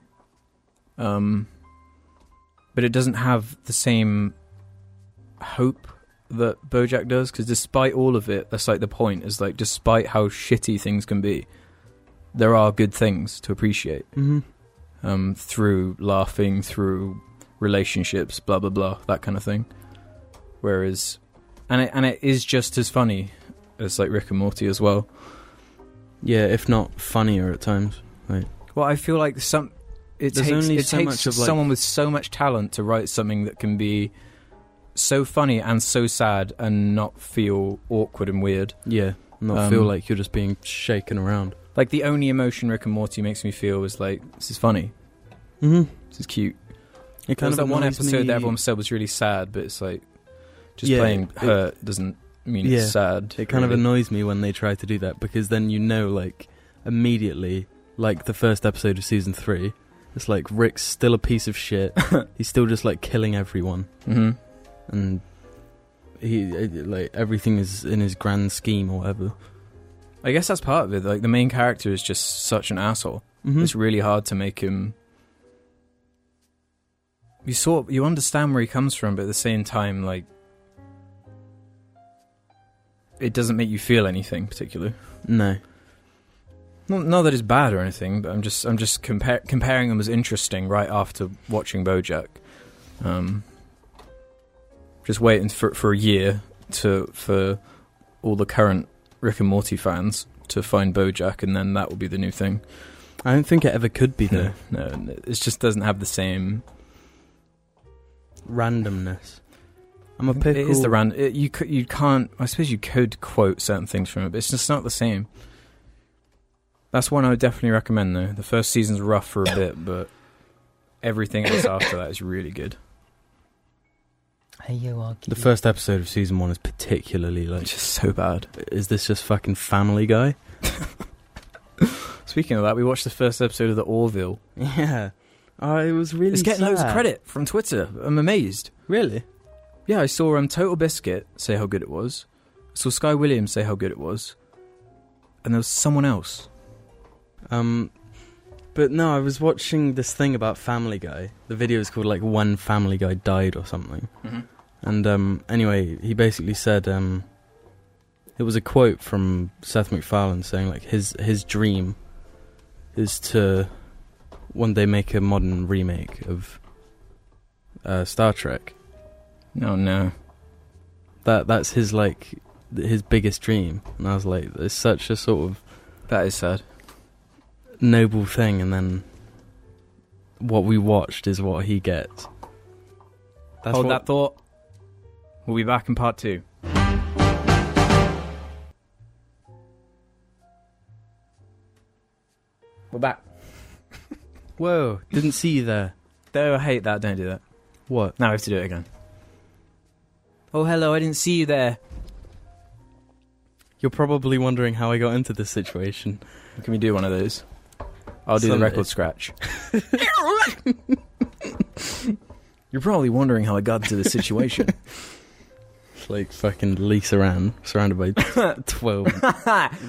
Speaker 2: um but it doesn't have the same hope that Bojack does because despite all of it, that's like the point is like despite how shitty things can be, there are good things to appreciate
Speaker 4: Mm-hmm.
Speaker 2: um, through laughing, through relationships, blah blah blah, that kind of thing. Whereas, and it, and it is just as funny as like Rick and Morty as well.
Speaker 4: Yeah, if not funnier at times.
Speaker 2: Well, I feel like some it
Speaker 4: There's
Speaker 2: takes
Speaker 4: only
Speaker 2: it
Speaker 4: so
Speaker 2: takes
Speaker 4: much of, like-
Speaker 2: someone with so much talent to write something that can be so funny and so sad and not feel awkward and weird.
Speaker 4: Yeah, not
Speaker 2: Um,
Speaker 4: feel like you're just being shaken around.
Speaker 2: Like the only emotion Rick and Morty makes me feel is like this is funny,
Speaker 4: Mm-hmm.
Speaker 2: this is cute.
Speaker 4: It
Speaker 2: There was that one
Speaker 4: annoys
Speaker 2: episode
Speaker 4: me-
Speaker 2: that everyone said was really sad, but it's like just
Speaker 4: Yeah,
Speaker 2: playing
Speaker 4: it-
Speaker 2: hurt doesn't mean
Speaker 4: Yeah.
Speaker 2: it's sad.
Speaker 4: It kind of
Speaker 2: really.
Speaker 4: annoys me when they try to do that because then you know, like, immediately, like the first episode of season three, it's like Rick's still a piece of shit. He's still just like killing everyone,
Speaker 2: Mhm.
Speaker 4: and he it- like everything is in his grand scheme or whatever.
Speaker 2: I guess that's part of it. Like the main character is just such an asshole.
Speaker 4: Mm-hmm.
Speaker 2: It's really hard to make him. You sort you understand where he comes from, but at the same time, like it doesn't make you feel anything particularly.
Speaker 4: no,
Speaker 2: Not, not that it's bad or anything, but I'm just I'm just compar- comparing them as interesting right after watching BoJack. Um, just waiting for for a year to for all the current Rick and Morty fans to find BoJack, and then that will be the new thing.
Speaker 4: I don't think it ever could be
Speaker 2: No,
Speaker 4: the
Speaker 2: no, it just doesn't have the same.
Speaker 4: randomness. I'm a pickle.
Speaker 2: It is the ran. It, you c- you can't. I suppose you could quote certain things from it, but it's just not the same. That's one I would definitely recommend, though. The first season's rough for a bit, but everything else after that is really good.
Speaker 1: Hey, you are.
Speaker 4: The first episode of season one is particularly like,
Speaker 2: It's just so bad.
Speaker 4: is this just fucking Family Guy?
Speaker 2: Speaking of that, we watched the first episode of the Orville.
Speaker 4: Yeah. Oh, it was really.
Speaker 2: It's getting loads of
Speaker 4: sad.
Speaker 2: credit from Twitter. I'm amazed.
Speaker 4: Really?
Speaker 2: Yeah, I saw um, Total Biscuit say how good it was. I saw Sky Williams say how good it was, and there was someone else.
Speaker 4: Um, but no, I was watching this thing about Family Guy. The video is called like "One Family Guy Died" or something. And um, anyway, he basically said um, it was a quote from Seth MacFarlane saying like his his dream is to one day make a modern remake of uh, Star Trek.
Speaker 2: No, Oh, no.
Speaker 4: That that's his like th- his biggest dream, and I was like, it's such a sort of
Speaker 2: That is sad.
Speaker 4: noble thing, and then what we watched is what he gets. That's
Speaker 2: Hold
Speaker 4: what-
Speaker 2: that thought. We'll be back in part two. We're back.
Speaker 4: Whoa! Didn't see you there.
Speaker 2: Though I hate that. Don't do that.
Speaker 4: What?
Speaker 2: Now we have to do it again. Oh, hello. I didn't see you there.
Speaker 4: You're probably wondering how I got into this situation.
Speaker 2: Can we do one of those? I'll do
Speaker 4: Some-
Speaker 2: the record scratch. You're probably wondering how I got into this situation.
Speaker 4: It's like fucking Lisa Ran, surrounded by twelve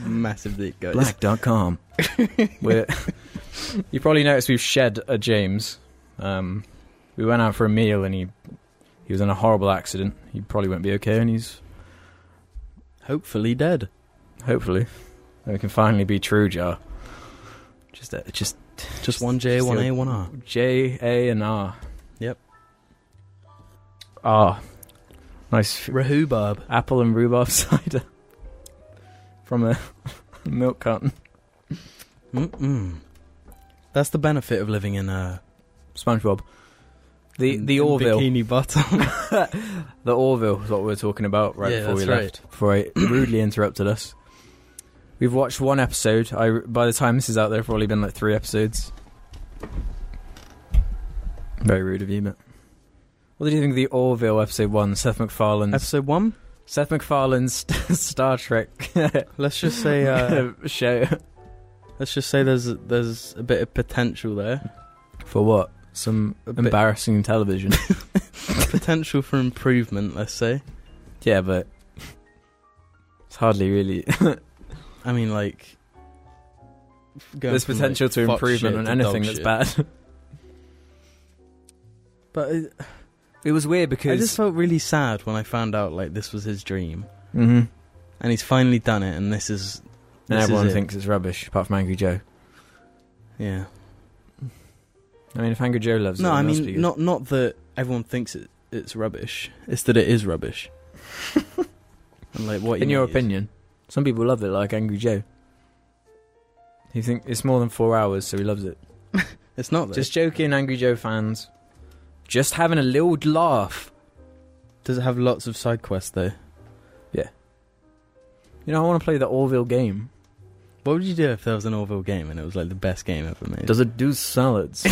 Speaker 4: massive dick guys.
Speaker 2: Black.com. We're, you probably noticed we've shed a James. Um, we went out for a meal and he he was in a horrible accident. He probably won't be okay, and he's
Speaker 4: Hopefully dead.
Speaker 2: hopefully we can finally be true, Jar. Just uh, just
Speaker 4: Just one J, one A, one R.
Speaker 2: J A and R.
Speaker 4: Yep.
Speaker 2: Ah, nice f-
Speaker 4: Rahubab.
Speaker 2: apple and rhubarb cider from a milk carton.
Speaker 4: Mm-mm. That's the benefit of living in a
Speaker 2: SpongeBob. The
Speaker 4: in-
Speaker 2: the
Speaker 4: in
Speaker 2: Orville.
Speaker 4: bikini bottom.
Speaker 2: The Orville is what we were talking about right
Speaker 4: Yeah,
Speaker 2: before we
Speaker 4: that's right.
Speaker 2: left. Before it rudely interrupted us. We've watched one episode. I by the time this is out there, probably been like three episodes. Very rude of you, but what did you think of the Orville episode one? Seth MacFarlane's
Speaker 4: Episode one.
Speaker 2: Seth MacFarlane's Star Trek
Speaker 4: Let's just say. Uh,
Speaker 2: show
Speaker 4: let's just say there's there's a bit of potential there.
Speaker 2: for what? Some
Speaker 4: bit-
Speaker 2: embarrassing television.
Speaker 4: potential for improvement. Let's say.
Speaker 2: yeah, but it's hardly really
Speaker 4: I mean, like. going
Speaker 2: there's
Speaker 4: from, like,
Speaker 2: potential to
Speaker 4: fuck
Speaker 2: improvement
Speaker 4: shit
Speaker 2: on
Speaker 4: to
Speaker 2: anything
Speaker 4: dog
Speaker 2: that's
Speaker 4: shit.
Speaker 2: bad.
Speaker 4: But it,
Speaker 2: It was weird
Speaker 4: I
Speaker 2: because
Speaker 4: just felt really sad when I found out like this was his dream,
Speaker 2: Mhm.
Speaker 4: and he's finally done it, and this is.
Speaker 2: And
Speaker 4: this is
Speaker 2: everyone
Speaker 4: it.
Speaker 2: thinks it's rubbish, apart from Angry Joe.
Speaker 4: Yeah.
Speaker 2: I mean, if Angry Joe loves it,
Speaker 4: No, I
Speaker 2: it must be
Speaker 4: mean
Speaker 2: good.
Speaker 4: not not that everyone thinks it it's rubbish. It's that it is rubbish. and like what
Speaker 2: in
Speaker 4: you
Speaker 2: your
Speaker 4: need is-
Speaker 2: opinion, some people love it, like Angry Joe. He think it's more than four hours, so he loves it.
Speaker 4: it's not. That.
Speaker 2: Just joking, Angry Joe fans. Just having a little laugh.
Speaker 4: does it have lots of side quests though?
Speaker 2: You know, I want to play the Orville game.
Speaker 4: What would you do if there was an Orville game and it was like the best game ever made?
Speaker 2: Does it do salads?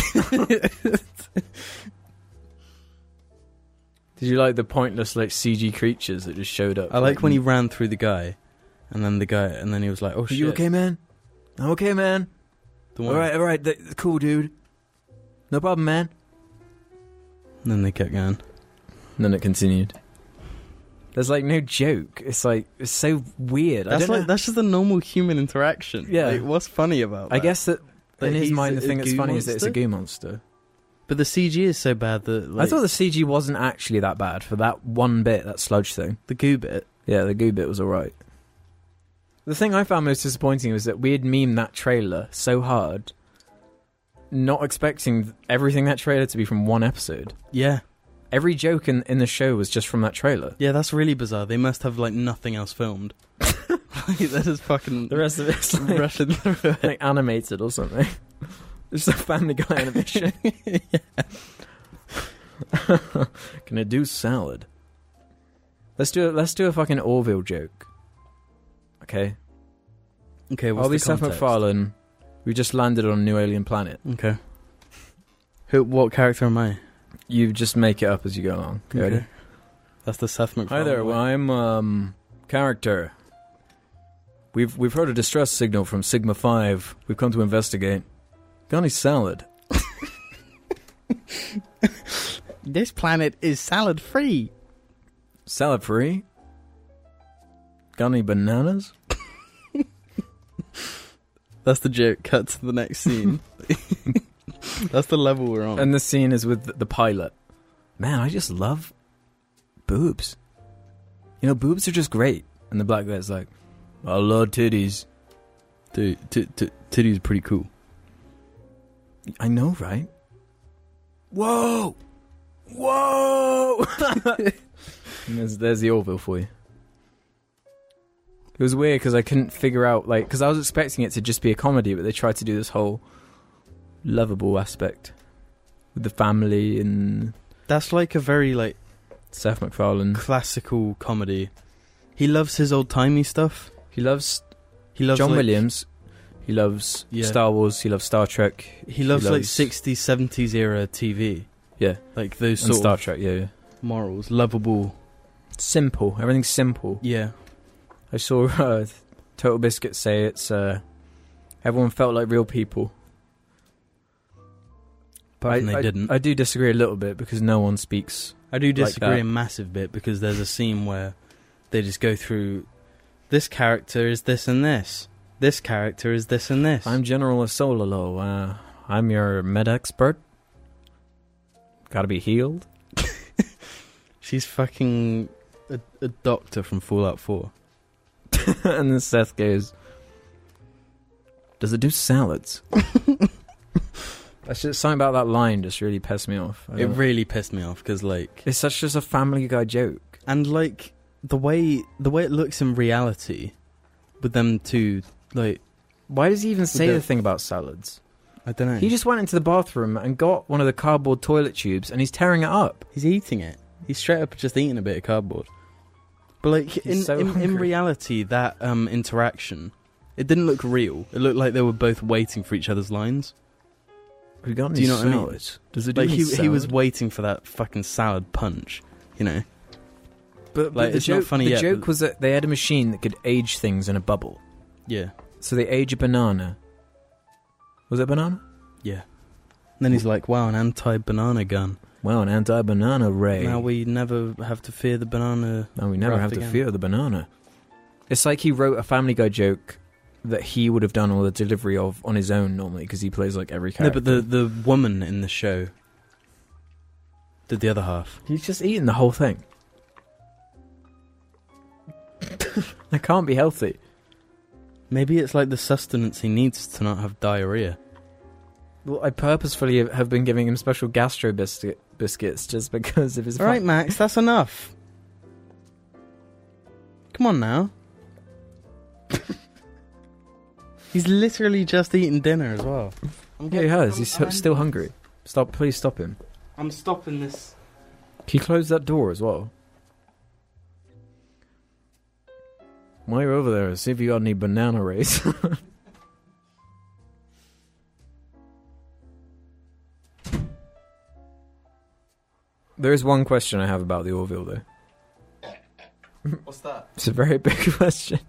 Speaker 2: Did you like the pointless like CG creatures that just showed up?
Speaker 4: I like when he ran through the guy, and then the guy, and then he was like, "Oh
Speaker 2: Mm. Are
Speaker 4: shit."
Speaker 2: you okay, man? I'm okay, man.
Speaker 4: The one,
Speaker 2: All right, all right, th- th- cool, dude. No problem, man.
Speaker 4: And then they kept going.
Speaker 2: And then it continued. There's like no joke. It's like it's so weird. I
Speaker 4: That's
Speaker 2: don't
Speaker 4: like
Speaker 2: know.
Speaker 4: that's just the normal human interaction.
Speaker 2: Yeah.
Speaker 4: Like, what's funny about?
Speaker 2: I
Speaker 4: that?
Speaker 2: guess that
Speaker 4: That
Speaker 2: in his
Speaker 4: he's
Speaker 2: mind,
Speaker 4: a-
Speaker 2: the
Speaker 4: a
Speaker 2: thing that's
Speaker 4: goo
Speaker 2: funny is that it's a
Speaker 4: monster?
Speaker 2: goo monster.
Speaker 4: But the CG is so bad that like,
Speaker 2: I thought the CG wasn't actually that bad for that one bit, that sludge thing.
Speaker 4: the goo bit.
Speaker 2: Yeah, the goo bit was all right. The thing I found most disappointing was that we had memed that trailer so hard, not expecting everything that trailer to be from one episode.
Speaker 4: Yeah,
Speaker 2: Every joke in, in the show was just from that trailer.
Speaker 4: yeah, that's really bizarre. They must have like nothing else filmed. like, they're just fucking
Speaker 2: The rest of it's like,
Speaker 4: rushing through it.
Speaker 2: like animated or something. It's a Family Guy animation. Can I do salad? Let's do it. Let's do a fucking Orville joke. Okay,
Speaker 4: Okay, what's
Speaker 2: I'll be
Speaker 4: the
Speaker 2: Seth
Speaker 4: context?
Speaker 2: MacFarlane. We just landed on a new alien planet.
Speaker 4: Okay. Who? What character am I?
Speaker 2: You just make it up as you go along. You ready?
Speaker 4: That's the Seth MacFarlane.
Speaker 2: Hi there.
Speaker 4: way.
Speaker 2: Well, I'm um character. We've we've heard a distress signal from Sigma Five. We've come to investigate. Got any salad?
Speaker 4: This planet is salad free.
Speaker 2: Salad free? Got any bananas?
Speaker 4: That's the joke. Cut to the next scene. That's the level we're on.
Speaker 2: And the scene is with th- the pilot. Man, I just love boobs. You know, boobs are just great. And the black guy's like, I love titties.
Speaker 4: Dude, t- t- titties are pretty cool.
Speaker 2: I know, right? Whoa! Whoa! And there's, there's the Orville for you. It was weird because I couldn't figure out, like, because I was expecting it to just be a comedy, but they tried to do this whole lovable aspect with the family and
Speaker 4: That's like a very like
Speaker 2: Seth MacFarlane.
Speaker 4: classical comedy. He loves his old timey stuff.
Speaker 2: He loves
Speaker 4: He loves
Speaker 2: John
Speaker 4: like-
Speaker 2: Williams. He loves
Speaker 4: Yeah.
Speaker 2: Star Wars. He loves Star Trek.
Speaker 4: He loves,
Speaker 2: He
Speaker 4: like
Speaker 2: loves-
Speaker 4: 60s, 70s era TV.
Speaker 2: Yeah.
Speaker 4: like those
Speaker 2: and
Speaker 4: sort
Speaker 2: Star
Speaker 4: of
Speaker 2: Trek, yeah, yeah.
Speaker 4: morals, lovable.
Speaker 2: Simple. Everything's simple.
Speaker 4: Yeah,
Speaker 2: I saw uh, Total Biscuit say it's uh, everyone felt like real people.
Speaker 4: but
Speaker 2: I,
Speaker 4: they
Speaker 2: I-
Speaker 4: didn't.
Speaker 2: I do disagree a little bit because no one speaks.
Speaker 4: I do
Speaker 2: Like
Speaker 4: disagree
Speaker 2: that.
Speaker 4: a massive bit because there's a scene where they just go through this character is this and this. This character is this and this.
Speaker 2: I'm General Sololo. Uh, I'm your med expert. Got to be healed.
Speaker 4: She's fucking a, a doctor from Fallout 4.
Speaker 2: and then Seth goes, "Does it do salads?" That's just something about that line just really pissed me off. I
Speaker 4: It
Speaker 2: don't-
Speaker 4: really pissed me off because like
Speaker 2: It's such just a Family Guy joke.
Speaker 4: and like the way the way it looks in reality with them two like
Speaker 2: Why does he even say
Speaker 4: The-
Speaker 2: the thing about salads?
Speaker 4: I don't know.
Speaker 2: He just went into the bathroom and got one of the cardboard toilet tubes and he's tearing it up.
Speaker 4: He's eating it. He's straight up just eating a bit of cardboard. But like in,
Speaker 2: so
Speaker 4: in, in
Speaker 2: hungry.
Speaker 4: reality, that um, interaction, it didn't look real. It looked like they were both waiting for each other's lines.
Speaker 2: We got
Speaker 4: Do you know what I mean?
Speaker 2: salads? Does it do
Speaker 4: Like
Speaker 2: any
Speaker 4: he he was
Speaker 2: salad?
Speaker 4: waiting for that fucking salad punch, you know.
Speaker 2: but, but
Speaker 4: like,
Speaker 2: the
Speaker 4: it's
Speaker 2: joke,
Speaker 4: not funny
Speaker 2: The
Speaker 4: yet,
Speaker 2: joke
Speaker 4: but-
Speaker 2: was that they had a machine that could age things in a bubble.
Speaker 4: Yeah,
Speaker 2: So they age a banana. Was it a banana?
Speaker 4: yeah. And then he's like, "Wow, an anti-banana gun.
Speaker 2: Well, an anti-banana ray.
Speaker 4: Now we never have to fear the banana."
Speaker 2: Now we never
Speaker 4: Right
Speaker 2: have to
Speaker 4: again.
Speaker 2: fear the banana. It's like he wrote a Family Guy joke that he would have done all the delivery of on his own normally because he plays like every
Speaker 4: No,
Speaker 2: character.
Speaker 4: but the the woman in the show did the other half.
Speaker 2: He's just eating the whole thing. I can't be healthy.
Speaker 4: Maybe it's like the sustenance he needs to not have diarrhea.
Speaker 2: Well, I purposefully have been giving him special gastro biscuit biscuits just because of his.
Speaker 4: All right, Max, that's enough. Come on now. He's literally just eating dinner as well. I'm
Speaker 2: Yeah, he has. He's so- still hungry. Stop! Please stop him.
Speaker 4: I'm stopping this.
Speaker 2: Can you close that door as well? While you're over there, see if you got any banana rays. there is one question I have about the Orville, though.
Speaker 4: What's that?
Speaker 2: It's a very big question.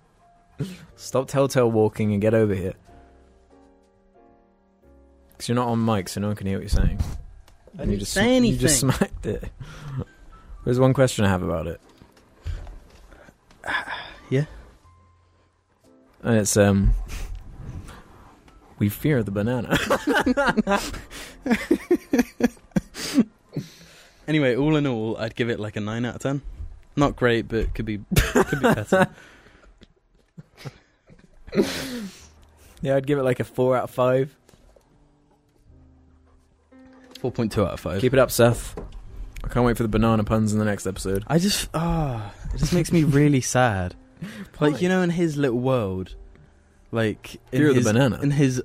Speaker 2: Stop telltale walking and get over here. Because you're not on mic, so no one can hear what you're saying.
Speaker 4: I
Speaker 2: And
Speaker 4: didn't say
Speaker 2: You just
Speaker 4: anything.
Speaker 2: smacked it. There's one question I have about it.
Speaker 4: Yeah?
Speaker 2: And it's, um... We fear the banana.
Speaker 4: Anyway, all in all, I'd give it like a nine out of ten. Not great, but could be could be better.
Speaker 2: yeah, I'd give it like a 4 out of 5.
Speaker 4: Four point two out of five.
Speaker 2: Keep it up, Seth. I can't wait for the banana puns in the next episode.
Speaker 4: I just ah, it just makes me really sad. Like you know, in his little world, like in
Speaker 2: Fear
Speaker 4: his,
Speaker 2: the banana.
Speaker 4: in his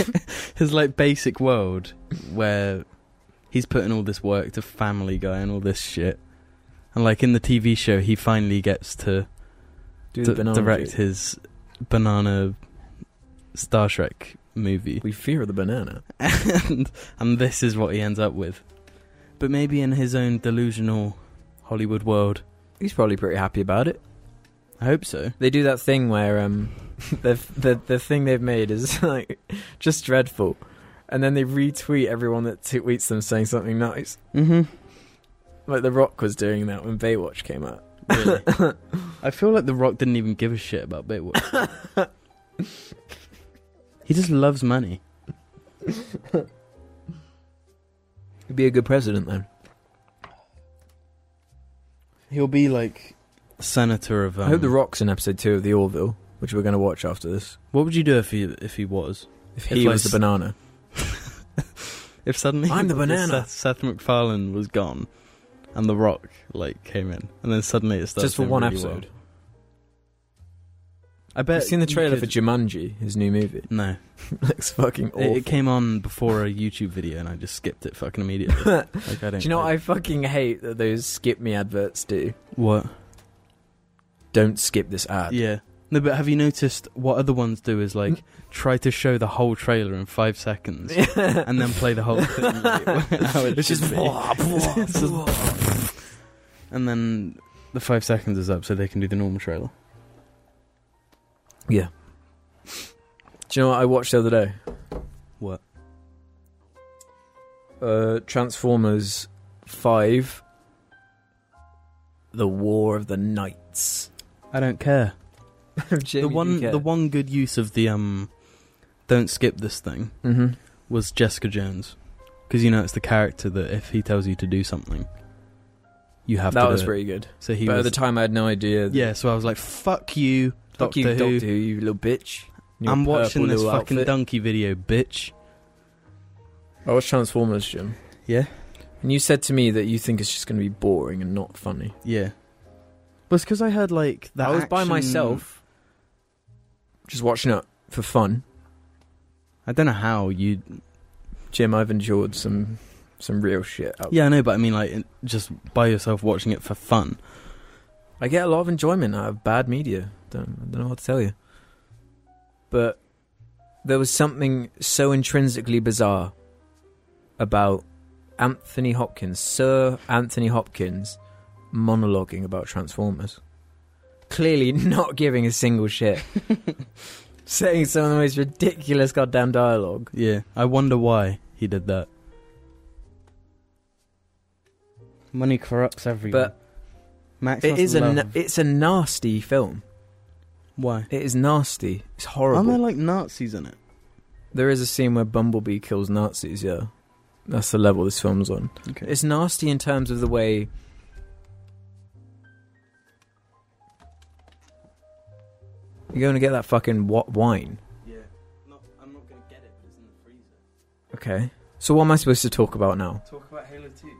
Speaker 4: his like basic world where he's putting all this work to Family Guy and all this shit, and like in the TV show, he finally gets to
Speaker 2: Do
Speaker 4: d-
Speaker 2: the banana
Speaker 4: direct
Speaker 2: joke.
Speaker 4: his banana Star Trek movie,
Speaker 2: We fear the banana.
Speaker 4: and and this is what he ends up with. But maybe in his own delusional Hollywood world,
Speaker 2: He's probably pretty happy about it.
Speaker 4: I hope so.
Speaker 2: They do that thing where um, the the the thing they've made is like just dreadful, and then they retweet everyone that tweets them saying something nice.
Speaker 4: Mm-hmm.
Speaker 2: Like The Rock was doing that when Baywatch came out.
Speaker 4: Really. I feel like The Rock didn't even give a shit about Baywatch. He just loves money.
Speaker 2: He'd be a good president then.
Speaker 4: He'll be like senator of. Um,
Speaker 2: I hope The Rock's in episode two of The Orville, which we're going to watch after this.
Speaker 4: What would you do if he if he was?
Speaker 2: If he
Speaker 4: like
Speaker 2: was
Speaker 4: s-
Speaker 2: the banana.
Speaker 4: If suddenly
Speaker 2: I'm the
Speaker 4: if
Speaker 2: banana.
Speaker 4: Seth, Seth MacFarlane was gone, and The Rock like came in, and then suddenly it starts
Speaker 2: Just for
Speaker 4: doing
Speaker 2: one
Speaker 4: really
Speaker 2: episode.
Speaker 4: well. I bet
Speaker 2: I've seen the
Speaker 4: you
Speaker 2: trailer for
Speaker 4: could-
Speaker 2: Jumanji, his new movie.
Speaker 4: No,
Speaker 2: looks fucking awful.
Speaker 4: it, it came on before a YouTube video, and I just skipped it fucking immediately. like I
Speaker 2: do
Speaker 4: don't.
Speaker 2: you know what
Speaker 4: I,
Speaker 2: I fucking hate that those skip me adverts do?
Speaker 4: what?
Speaker 2: Don't skip this ad.
Speaker 4: Yeah. No, but have you noticed what other ones do is like
Speaker 2: Hmm?
Speaker 4: try to show the whole trailer in five seconds and then play the whole thing. like, how it
Speaker 2: It's just
Speaker 4: should be. It's just- and then the five seconds is up, so they can do the normal trailer.
Speaker 2: Do you know what I watched the other day?
Speaker 4: What?
Speaker 2: Uh, Transformers 5 The War of the Knights.
Speaker 4: I don't care. the one, the one good use of the um, don't skip this thing
Speaker 2: Mm-hmm.
Speaker 4: was Jessica Jones, because you know it's the character that if he tells you to do something, you have to.
Speaker 2: That
Speaker 4: do
Speaker 2: was
Speaker 4: it.
Speaker 2: pretty good.
Speaker 4: So he
Speaker 2: but at
Speaker 4: was.
Speaker 2: the time, I had no idea. that-
Speaker 4: yeah. So I was like, "Fuck you,
Speaker 2: Fuck
Speaker 4: Doctor
Speaker 2: you,
Speaker 4: Who."
Speaker 2: Doctor Who, you little bitch. In your
Speaker 4: I'm watching
Speaker 2: purple
Speaker 4: this
Speaker 2: little
Speaker 4: fucking
Speaker 2: outfit.
Speaker 4: donkey video, bitch.
Speaker 2: I watched Transformers, Jim.
Speaker 4: Yeah?
Speaker 2: And you said to me that you think it's just going to be boring and not funny.
Speaker 4: Yeah. But it's because I heard like that.
Speaker 2: I was by
Speaker 4: action-
Speaker 2: myself, just watching it for fun.
Speaker 4: I don't know how you.
Speaker 2: Jim, I've endured some some real shit. Out
Speaker 4: Yeah, I know, but I mean, like, in- just by yourself watching it for fun.
Speaker 2: I get a lot of enjoyment out of bad media. Don't, I don't know what to tell you. But there was something so intrinsically bizarre about Anthony Hopkins, Sir Anthony Hopkins, monologuing about Transformers. Clearly not giving a single shit. Saying some of the most ridiculous goddamn dialogue.
Speaker 4: Yeah, I wonder why he did that. Money corrupts everyone.
Speaker 2: But
Speaker 4: Max
Speaker 2: it is a na- it's a nasty film.
Speaker 4: why?
Speaker 2: It is nasty. It's
Speaker 4: Aren't
Speaker 2: horrible.
Speaker 4: there like Nazis in it?
Speaker 2: There is a scene where Bumblebee kills Nazis, yeah. That's the level this film's on.
Speaker 4: Okay.
Speaker 2: It's nasty in terms of the way. You're going to get that fucking what wine.
Speaker 4: Yeah, not, I'm not gonna get it, but it's in the freezer.
Speaker 2: Okay. So, what am I supposed to talk about now?
Speaker 4: Talk about Halo Two.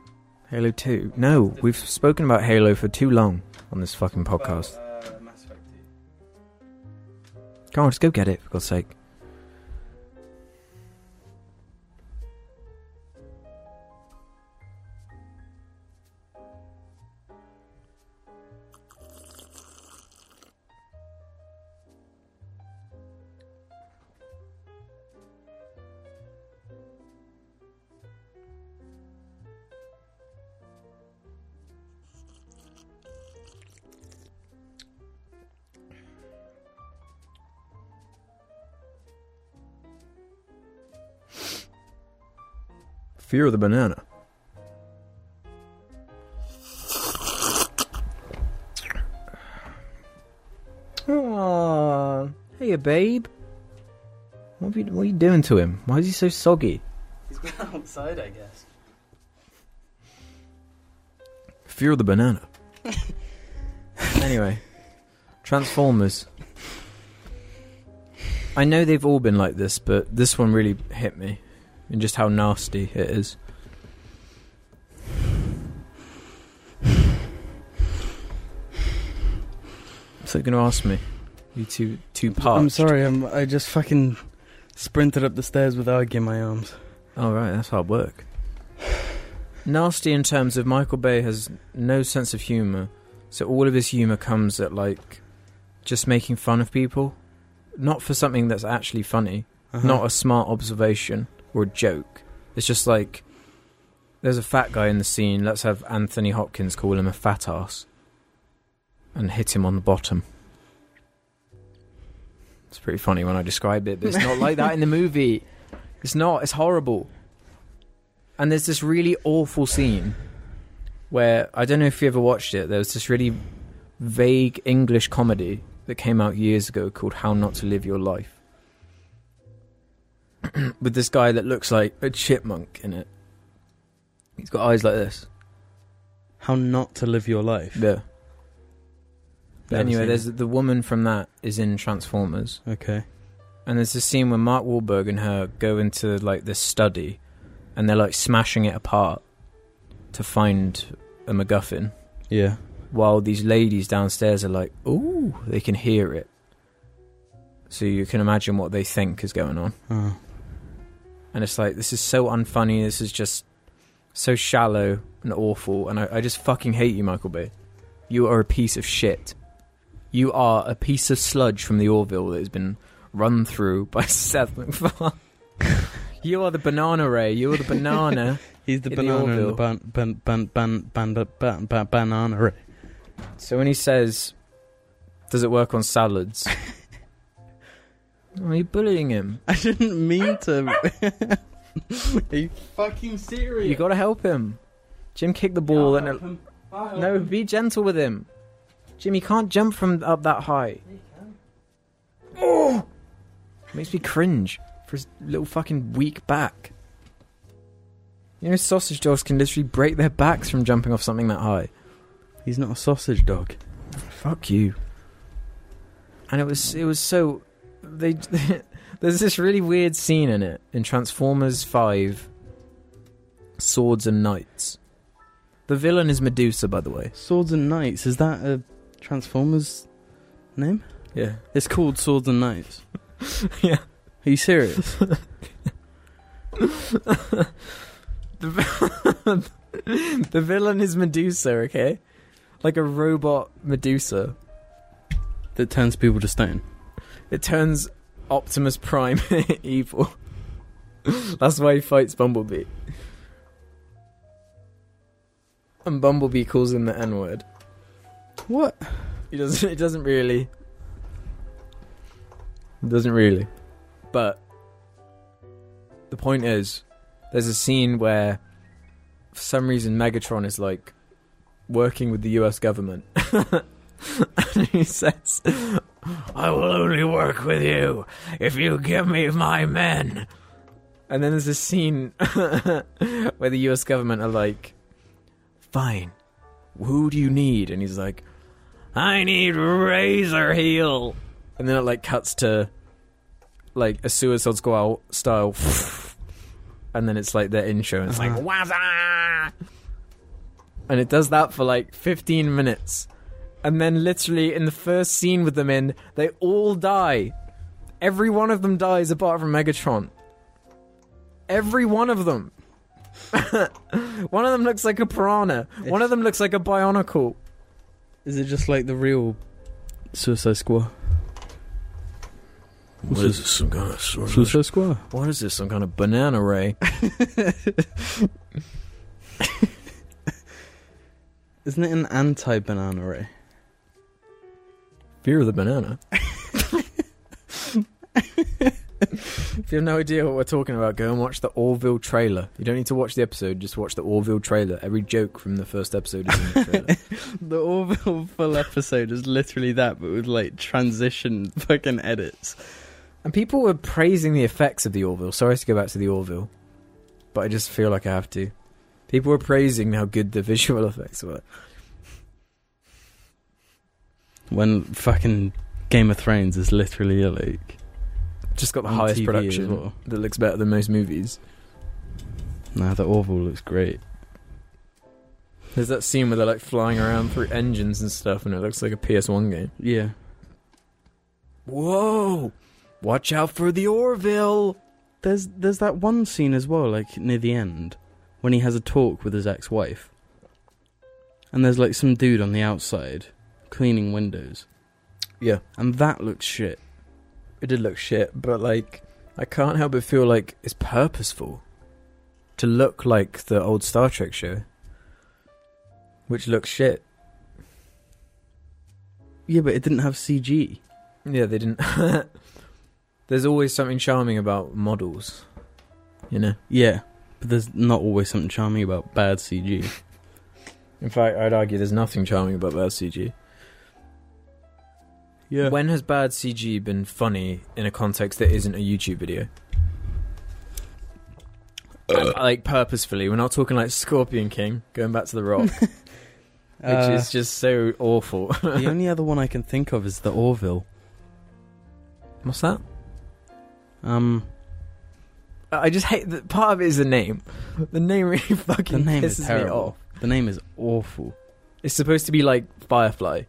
Speaker 2: Halo 2. No, we've spoken about Halo for too long on this fucking podcast.
Speaker 4: uh, Mass Effect Two.
Speaker 2: Come on, just go get it, for God's sake. Fear of the banana. Aww. Hey, babe. What, have you, what are you doing to him? Why is he so soggy?
Speaker 4: He's gone outside, I guess.
Speaker 2: Fear of the banana. anyway, Transformers. I know they've all been like this, but this one really hit me. And just how nasty it is. So you're going to ask me? You two, two parts.
Speaker 4: I'm sorry, I'm, I just fucking sprinted up the stairs with Argy in my arms.
Speaker 2: All right, that's hard work. Nasty in terms of Michael Bay has no sense of humor, so all of his humor comes at like just making fun of people, not for something that's actually funny,
Speaker 4: Uh-huh.
Speaker 2: not a smart observation or a joke. It's just like there's a fat guy in the scene. Let's have Anthony Hopkins call him a fat ass and hit him on the bottom. It's pretty funny when I describe it, but it's not like that in the movie. It's not. It's horrible. And there's this really awful scene where I don't know if you ever watched it. There was this really vague English comedy that came out years ago called How Not to Live Your Life. with this guy that looks like a chipmunk in it. He's got eyes like this.
Speaker 4: How not to live your life.
Speaker 2: Yeah. But
Speaker 4: Never
Speaker 2: anyway,
Speaker 4: seen
Speaker 2: there's the woman from that is in Transformers.
Speaker 4: Okay.
Speaker 2: And there's this scene where Mark Wahlberg and her go into like this study, and they're like smashing it apart to find a MacGuffin.
Speaker 4: Yeah.
Speaker 2: While these ladies downstairs are like, "Ooh, they can hear it," so you can imagine what they think is going on.
Speaker 4: Oh.
Speaker 2: And it's like, this is so unfunny. This is just so shallow and awful. And I, I just fucking hate you, Michael Bay. You are a piece of shit. You are a piece of sludge from the Orville that has been run through by Seth MacFarlane. you are the banana ray. You are the banana.
Speaker 4: He's the
Speaker 2: In the
Speaker 4: banana in the
Speaker 2: Orville.
Speaker 4: ban ban ban ban ban ban ban ban banana. Ray.
Speaker 2: so when he says, "Does it work on salads?" Are you bullying him?
Speaker 4: I didn't mean to. Are you fucking serious?
Speaker 2: You gotta help him. Jim kicked the ball and it, no, be gentle with him. Jim, you can't jump from up that high. Oh, makes me cringe for his little fucking weak back. You know, sausage dogs can literally break their backs from jumping off something that high.
Speaker 4: He's not a sausage dog.
Speaker 2: Fuck you. And it was it was so they there's this really weird scene in it in Transformers 5 Swords and Knights. The villain is Medusa by the way.
Speaker 4: Swords and Knights, is that a Transformers name?
Speaker 2: Yeah.
Speaker 4: It's called Swords and Knights.
Speaker 2: Yeah.
Speaker 4: Are you serious?
Speaker 2: The, vi- the villain is Medusa, okay? Like a robot Medusa.
Speaker 4: that turns people to stone.
Speaker 2: It turns Optimus Prime evil. That's why he fights Bumblebee. And Bumblebee calls him the N word.
Speaker 4: What?
Speaker 2: He doesn't. It doesn't really. It doesn't really. But the point is, there's a scene where, for some reason, Megatron is like working with the U.S. government, and he says, "I will only work with you if you give me my men." And then there's a scene where the U.S. government are like, "Fine, who do you need?" And he's like. I need Razor Heel. And then it like cuts to like a Suicide Squad style, and then it's like their intro. And it's like Waza, and it does that for like 15 minutes, and then literally in the first scene with them in, they all die. Every one of them dies apart from Megatron. Every one of them. one of them looks like a piranha. One of them looks like a bionicle.
Speaker 4: Is it just like the real Suicide Squad?
Speaker 2: What is this? Some kind of
Speaker 4: Suicide Squad.
Speaker 2: What is this? Some kind of banana ray?
Speaker 4: Isn't it an anti-banana ray?
Speaker 2: Fear of the banana. if you have no idea what we're talking about, go and watch the Orville trailer. You don't need to watch the episode; just watch the Orville trailer. Every joke from the first episode is in the trailer.
Speaker 4: The Orville full episode is literally that, but with like transition fucking edits.
Speaker 2: and people were praising the effects of the Orville. Sorry to go back to the Orville, but I just feel like I have to. People were praising how good the visual effects were.
Speaker 4: When fucking Game of Thrones is literally like
Speaker 2: Just got the
Speaker 4: On
Speaker 2: highest
Speaker 4: TV as
Speaker 2: production
Speaker 4: well.
Speaker 2: that looks better than most movies.
Speaker 4: Nah, the Orville looks great.
Speaker 2: There's that scene where they're like flying around through engines and stuff, and it looks like a PS1 game.
Speaker 4: Yeah.
Speaker 2: Whoa! Watch out for the Orville!
Speaker 4: There's there's that one scene as well, like near the end, when he has a talk with his ex-wife, and there's like some dude on the outside cleaning windows,
Speaker 2: Yeah,
Speaker 4: and that looks shit.
Speaker 2: it did look shit, but like, I can't help but feel like it's purposeful to look like the old Star Trek show, which looks shit.
Speaker 4: Yeah, but it didn't have CG.
Speaker 2: Yeah, they didn't. There's always something charming about models, you know?
Speaker 4: Yeah, but there's not always something charming about bad CG.
Speaker 2: In fact, I'd argue there's nothing charming about that CG.
Speaker 4: Yeah.
Speaker 2: When has bad CG been funny in a context that isn't a YouTube video?
Speaker 4: Uh.
Speaker 2: like purposefully. We're not talking like Scorpion King. Going back to the Rock, which
Speaker 4: Uh,
Speaker 2: is just so awful.
Speaker 4: the only other one I can think of is the Orville.
Speaker 2: What's that?
Speaker 4: Um,
Speaker 2: I just hate that part of it is the name. The name really
Speaker 4: the
Speaker 2: fucking
Speaker 4: name
Speaker 2: pisses
Speaker 4: is
Speaker 2: me off.
Speaker 4: terrible. The name is awful.
Speaker 2: It's supposed to be like Firefly.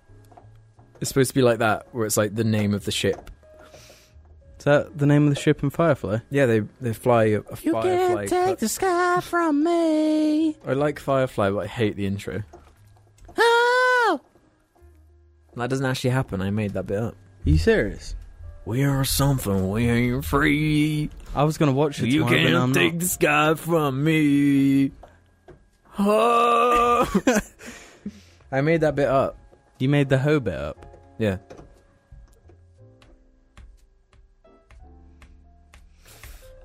Speaker 2: It's supposed to be like that, where it's like the name of the ship.
Speaker 4: Is that the name of the ship in Firefly?
Speaker 2: Yeah, they they fly a, a firefly. cut-
Speaker 4: sky from me.
Speaker 2: I like Firefly, but I hate the intro.
Speaker 4: Oh!
Speaker 2: That doesn't actually happen. I made that bit up.
Speaker 4: Are you serious?
Speaker 2: We are something. We ain't free.
Speaker 4: I was gonna watch it
Speaker 2: You
Speaker 4: tomorrow, but I'm
Speaker 2: can't take the sky from me. Oh. I made that bit up.
Speaker 4: not. You made the Hobbit up.
Speaker 2: Yeah.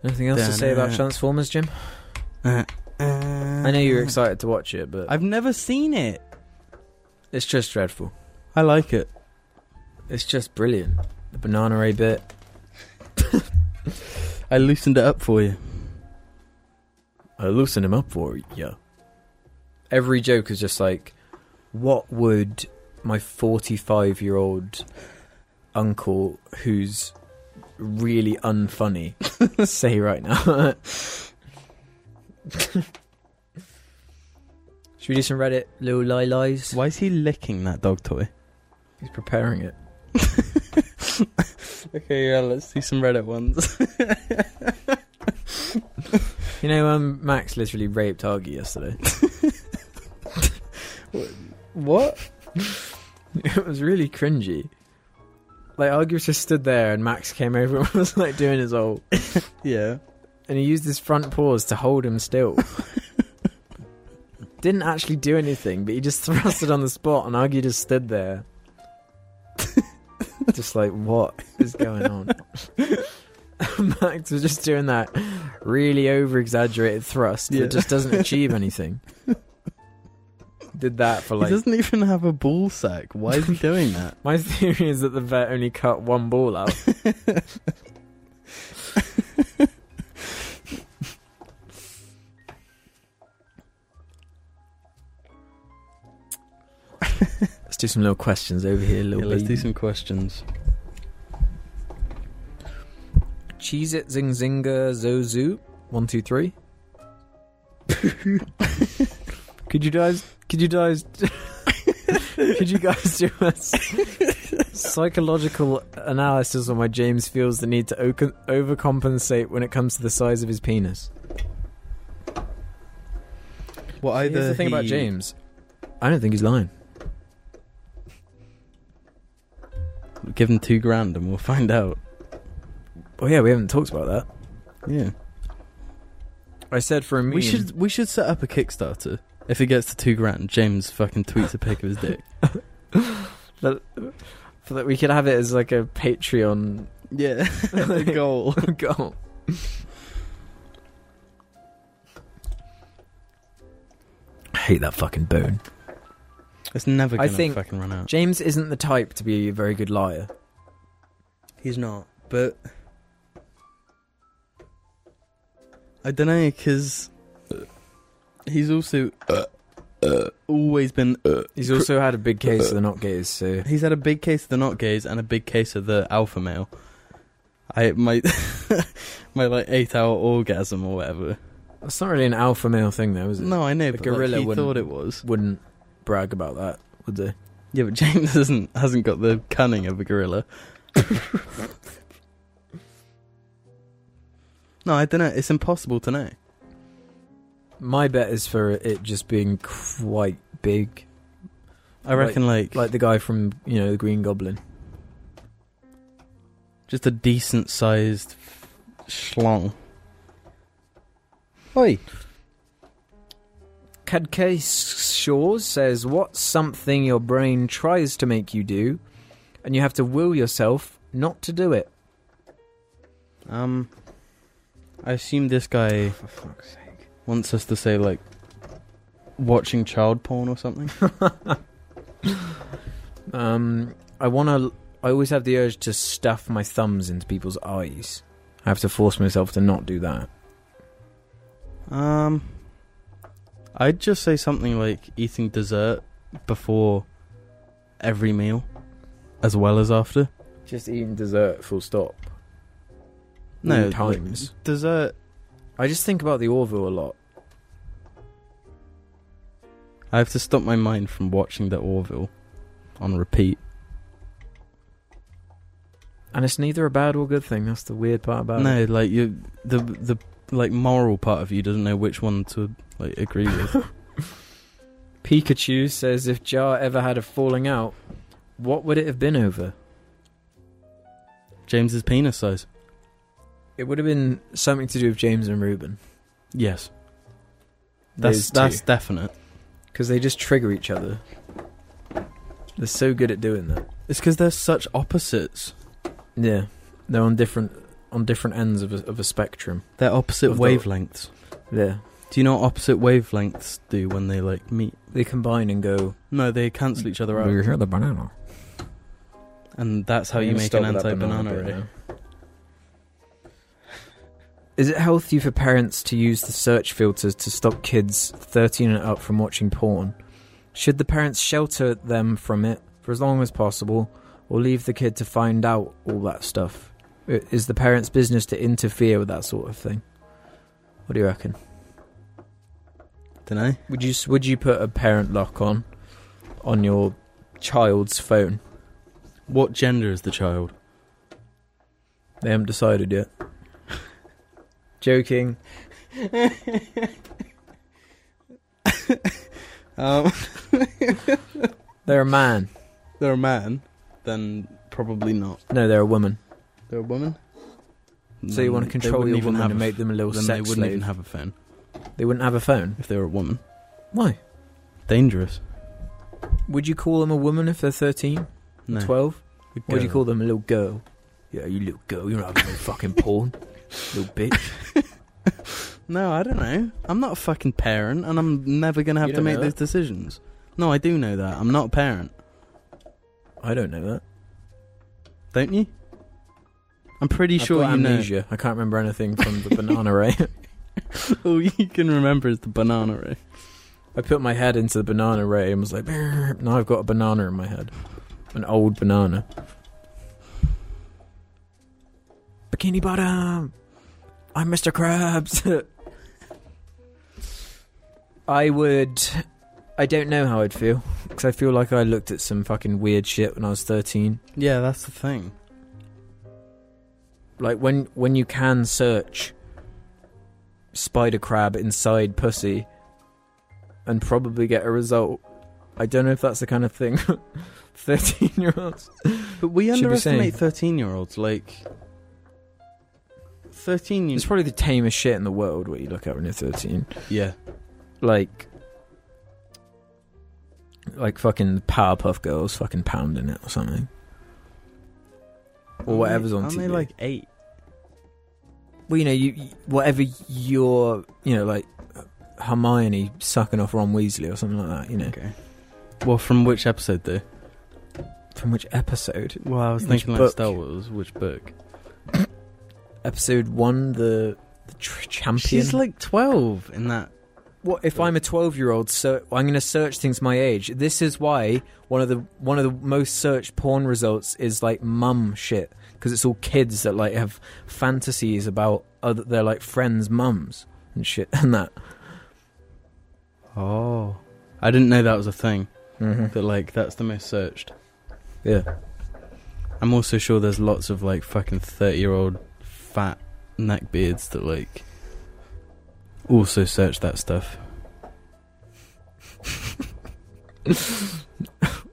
Speaker 2: Anything else to say about Transformers, Jim?
Speaker 4: Uh,
Speaker 2: I know you're excited to watch it, but
Speaker 4: I've never seen it.
Speaker 2: it's just dreadful.
Speaker 4: I like it.
Speaker 2: It's just brilliant. The banana ray bit.
Speaker 4: I loosened it up for you.
Speaker 2: I loosen him up for you. Every joke is just like, what would my 45 year old uncle, who's really unfunny, say right now? Should we do some Reddit little lie lies?
Speaker 4: Why is he licking that dog toy?
Speaker 2: He's preparing it.
Speaker 4: Okay, yeah, let's do some Reddit ones.
Speaker 2: You know, um, Max literally raped Argy yesterday.
Speaker 4: what?
Speaker 2: It was really cringy. Like Argus just stood there, and Max came over and was like doing his old,
Speaker 4: Yeah.
Speaker 2: and he used his front paws to hold him still. Didn't actually do anything, but he just thrust it on the spot, and Argy just stood there, just like what is going on. Max was just doing that really over exaggerated thrust
Speaker 4: Yeah.
Speaker 2: that just doesn't achieve anything. Did that for like
Speaker 4: he doesn't even have a ball sack. Why is he doing that?
Speaker 2: My theory is that the vet only cut one ball out. let's do some little questions over here,
Speaker 4: Yeah,
Speaker 2: little
Speaker 4: let's
Speaker 2: baby.
Speaker 4: do some questions.
Speaker 2: Cheese it, zing zinger, zozu. One, two, three. could you guys? Could you guys? could you guys do a s- psychological analysis on why James feels the need to o- overcompensate when it comes to the size of his penis?
Speaker 4: Well, either
Speaker 2: Here's the thing about
Speaker 4: he-
Speaker 2: James. I don't think he's lying.
Speaker 4: Give him two grand and we'll find out.
Speaker 2: Oh yeah, we haven't talked about that.
Speaker 4: Yeah.
Speaker 2: I said for a meme.
Speaker 4: We should we should set up a Kickstarter. If it gets to two grand, James fucking tweets a pic of his dick.
Speaker 2: that, for that we could have it as like a Patreon
Speaker 4: Yeah, goal.
Speaker 2: Go. I hate that fucking bone.
Speaker 4: It's never
Speaker 2: I
Speaker 4: gonna
Speaker 2: think-
Speaker 4: fucking run out.
Speaker 2: James isn't the type to be a very good liar.
Speaker 4: He's not, but I don't know because he's also uh, always been. uh,
Speaker 2: He's also had a big case of the not gays, so
Speaker 4: He's had a big case of the not gays and a big case of the alpha male. I my my like eight hour orgasm or whatever.
Speaker 2: that's not really an alpha male thing, though, is it?
Speaker 4: No, I know.
Speaker 2: A
Speaker 4: But gorilla
Speaker 2: gorilla
Speaker 4: he
Speaker 2: wouldn't-
Speaker 4: thought it was.
Speaker 2: wouldn't brag about that, would they?
Speaker 4: Yeah, but James hasn't hasn't got the cunning of a gorilla. no, I don't know. It's impossible to know.
Speaker 2: My bet is for it just being quite big,
Speaker 4: I reckon like,
Speaker 2: like the guy from you know the Green Goblin.
Speaker 4: just a decent sized schlong. Oi.
Speaker 2: Cadke Shores says, What's something your brain tries to make you do, and you have to will yourself not to do it?
Speaker 4: Um, I assume this guy
Speaker 2: For fuck's sake.
Speaker 4: wants us to say like watching child porn or something.
Speaker 2: Um, I want to. I always have the urge to stuff my thumbs into people's eyes. I have to force myself to not do that.
Speaker 4: Um, I'd just say something like eating dessert before every meal, as well as after.
Speaker 2: Just eating dessert, full stop.
Speaker 4: No
Speaker 2: All times.
Speaker 4: Dessert.
Speaker 2: I just think about the Orville a lot.
Speaker 4: I have to stop my mind from watching the Orville on repeat.
Speaker 2: And it's neither a bad or good thing. That's the weird part about
Speaker 4: no,
Speaker 2: it.
Speaker 4: like you, the the like moral part of you doesn't know which one to like agree with.
Speaker 2: Pikachu says if Jar ever had a falling out, what would it have been over?
Speaker 4: James's penis size.
Speaker 2: It would have been something to do with James and Ruben.
Speaker 4: Yes, that's that's definite.
Speaker 2: because they just trigger each other. They're so good at doing that.
Speaker 4: It's because they're such opposites.
Speaker 2: Yeah, they're on different on different ends of a, of a spectrum.
Speaker 4: They're opposite
Speaker 2: Of the-
Speaker 4: wavelengths.
Speaker 2: Yeah,
Speaker 4: Do you know what opposite wavelengths do when they like meet?
Speaker 2: they combine and go.
Speaker 4: No, they cancel each other out,
Speaker 2: hear the banana?
Speaker 4: and that's how you make an anti-banana ray.
Speaker 2: Is it healthy for parents to use the search filters to stop kids 13 and up from watching porn? Should the parents shelter them from it for as long as possible or leave the kid to find out all that stuff? I- Is the parents' business to interfere with that sort of thing? What do you reckon?
Speaker 4: Don't know.
Speaker 2: Would you would you put a parent lock on on your child's phone?
Speaker 4: What gender is the child?
Speaker 2: They haven't decided yet. Joking.
Speaker 4: Um,
Speaker 2: They're a man.
Speaker 4: they're a man, then probably not.
Speaker 2: No, they're a woman.
Speaker 4: They're a woman.
Speaker 2: So you want to control your woman and make them a little
Speaker 4: Then
Speaker 2: sex
Speaker 4: they wouldn't
Speaker 2: slave.
Speaker 4: even have a phone
Speaker 2: they wouldn't have a phone.
Speaker 4: if they were a woman.
Speaker 2: Why?
Speaker 4: Dangerous.
Speaker 2: Would you call them a woman if they're 13?
Speaker 4: No.
Speaker 2: 12?
Speaker 4: A
Speaker 2: What do you
Speaker 4: girl.
Speaker 2: call them? A little girl? Yeah, you little girl. You're not having no fucking porn. Little bitch.
Speaker 4: No, I don't know. I'm not a fucking parent, and I'm never gonna have
Speaker 2: You
Speaker 4: to
Speaker 2: don't
Speaker 4: make
Speaker 2: know
Speaker 4: those decisions. No, I do know that. I'm not a parent.
Speaker 2: I don't know that.
Speaker 4: Don't you? I'm pretty
Speaker 2: I've
Speaker 4: sure
Speaker 2: got
Speaker 4: you know.
Speaker 2: amnesia. I can't remember anything from the banana ray.
Speaker 4: All you can remember is the banana ray.
Speaker 2: I put my head into the banana ray and was like, "Brrr." now I've got a banana in my head. An old banana. Bikini Bottom! I'm Mr. Krabs! I would. I don't know how I'd feel. Because I feel like I looked at some fucking weird shit when I was 13.
Speaker 4: Yeah, that's the thing.
Speaker 2: Like when, when you can search spider crab inside pussy and probably get a result. I don't know if that's the kind of thing 13 year olds.
Speaker 4: But we
Speaker 2: Should be
Speaker 4: underestimate
Speaker 2: saying.
Speaker 4: thirteen-year-olds. Like thirteen.
Speaker 2: It's probably the tamest shit in the world what you look at when you're 13.
Speaker 4: yeah,
Speaker 2: Like, like fucking Powerpuff Girls fucking pounding it or something. Or whatever's on
Speaker 4: aren't
Speaker 2: TV.
Speaker 4: they like eight?
Speaker 2: Well, you know, you, you- whatever your, you know, like Hermione sucking off Ron Weasley or something like that, you know.
Speaker 4: Okay. Well, from which episode though?
Speaker 2: From which episode?
Speaker 4: Well, I was
Speaker 2: Which
Speaker 4: thinking like
Speaker 2: book?
Speaker 4: Star Wars. Which book?
Speaker 2: Episode one, the, the tr- champion.
Speaker 4: She's like twelve in that.
Speaker 2: What if I'm a 12 year old? So I'm going to search things my age. This is why one of the one of the most searched porn results is like mum shit because it's all kids that like have fantasies about other their like friends' mums and shit and that.
Speaker 4: Oh, I didn't know that was a thing.
Speaker 2: Mm-hmm.
Speaker 4: That like that's the most searched.
Speaker 2: Yeah,
Speaker 4: I'm also sure there's lots of like fucking thirty-year-old fat neckbeards that like also search that stuff.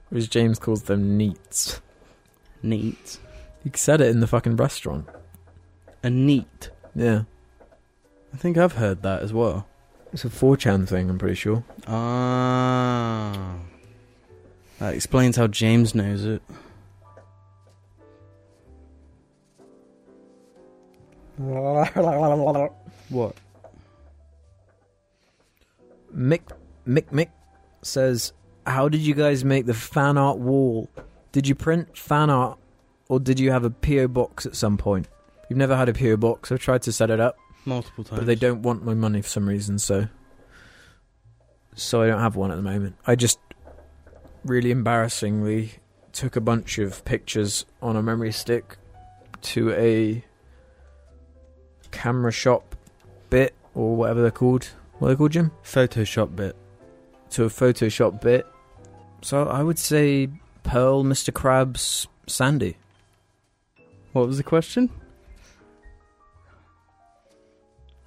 Speaker 2: which James calls them neats.
Speaker 4: Neat.
Speaker 2: He said it in the fucking restaurant.
Speaker 4: A neat.
Speaker 2: Yeah,
Speaker 4: I think I've heard that as well.
Speaker 2: it's a 4chan thing. I'm pretty sure.
Speaker 4: Ah. That explains how James knows it. What?
Speaker 2: Mick Mick Mick says, "How did you guys make the fan art wall? Did you print fan art, or did you have a PO box at some point? You've never had a PO box. I've tried to set it up.
Speaker 4: multiple times.
Speaker 2: but they don't want my money for some reason. So, so I don't have one at the moment. I just really embarrassingly took a bunch of pictures on a memory stick to a camera shop bit or whatever they're called. What are they called, Jim?
Speaker 4: Photoshop bit.
Speaker 2: to a Photoshop bit. So I would say Pearl, Mr. Krabs, Sandy.
Speaker 4: What was the question?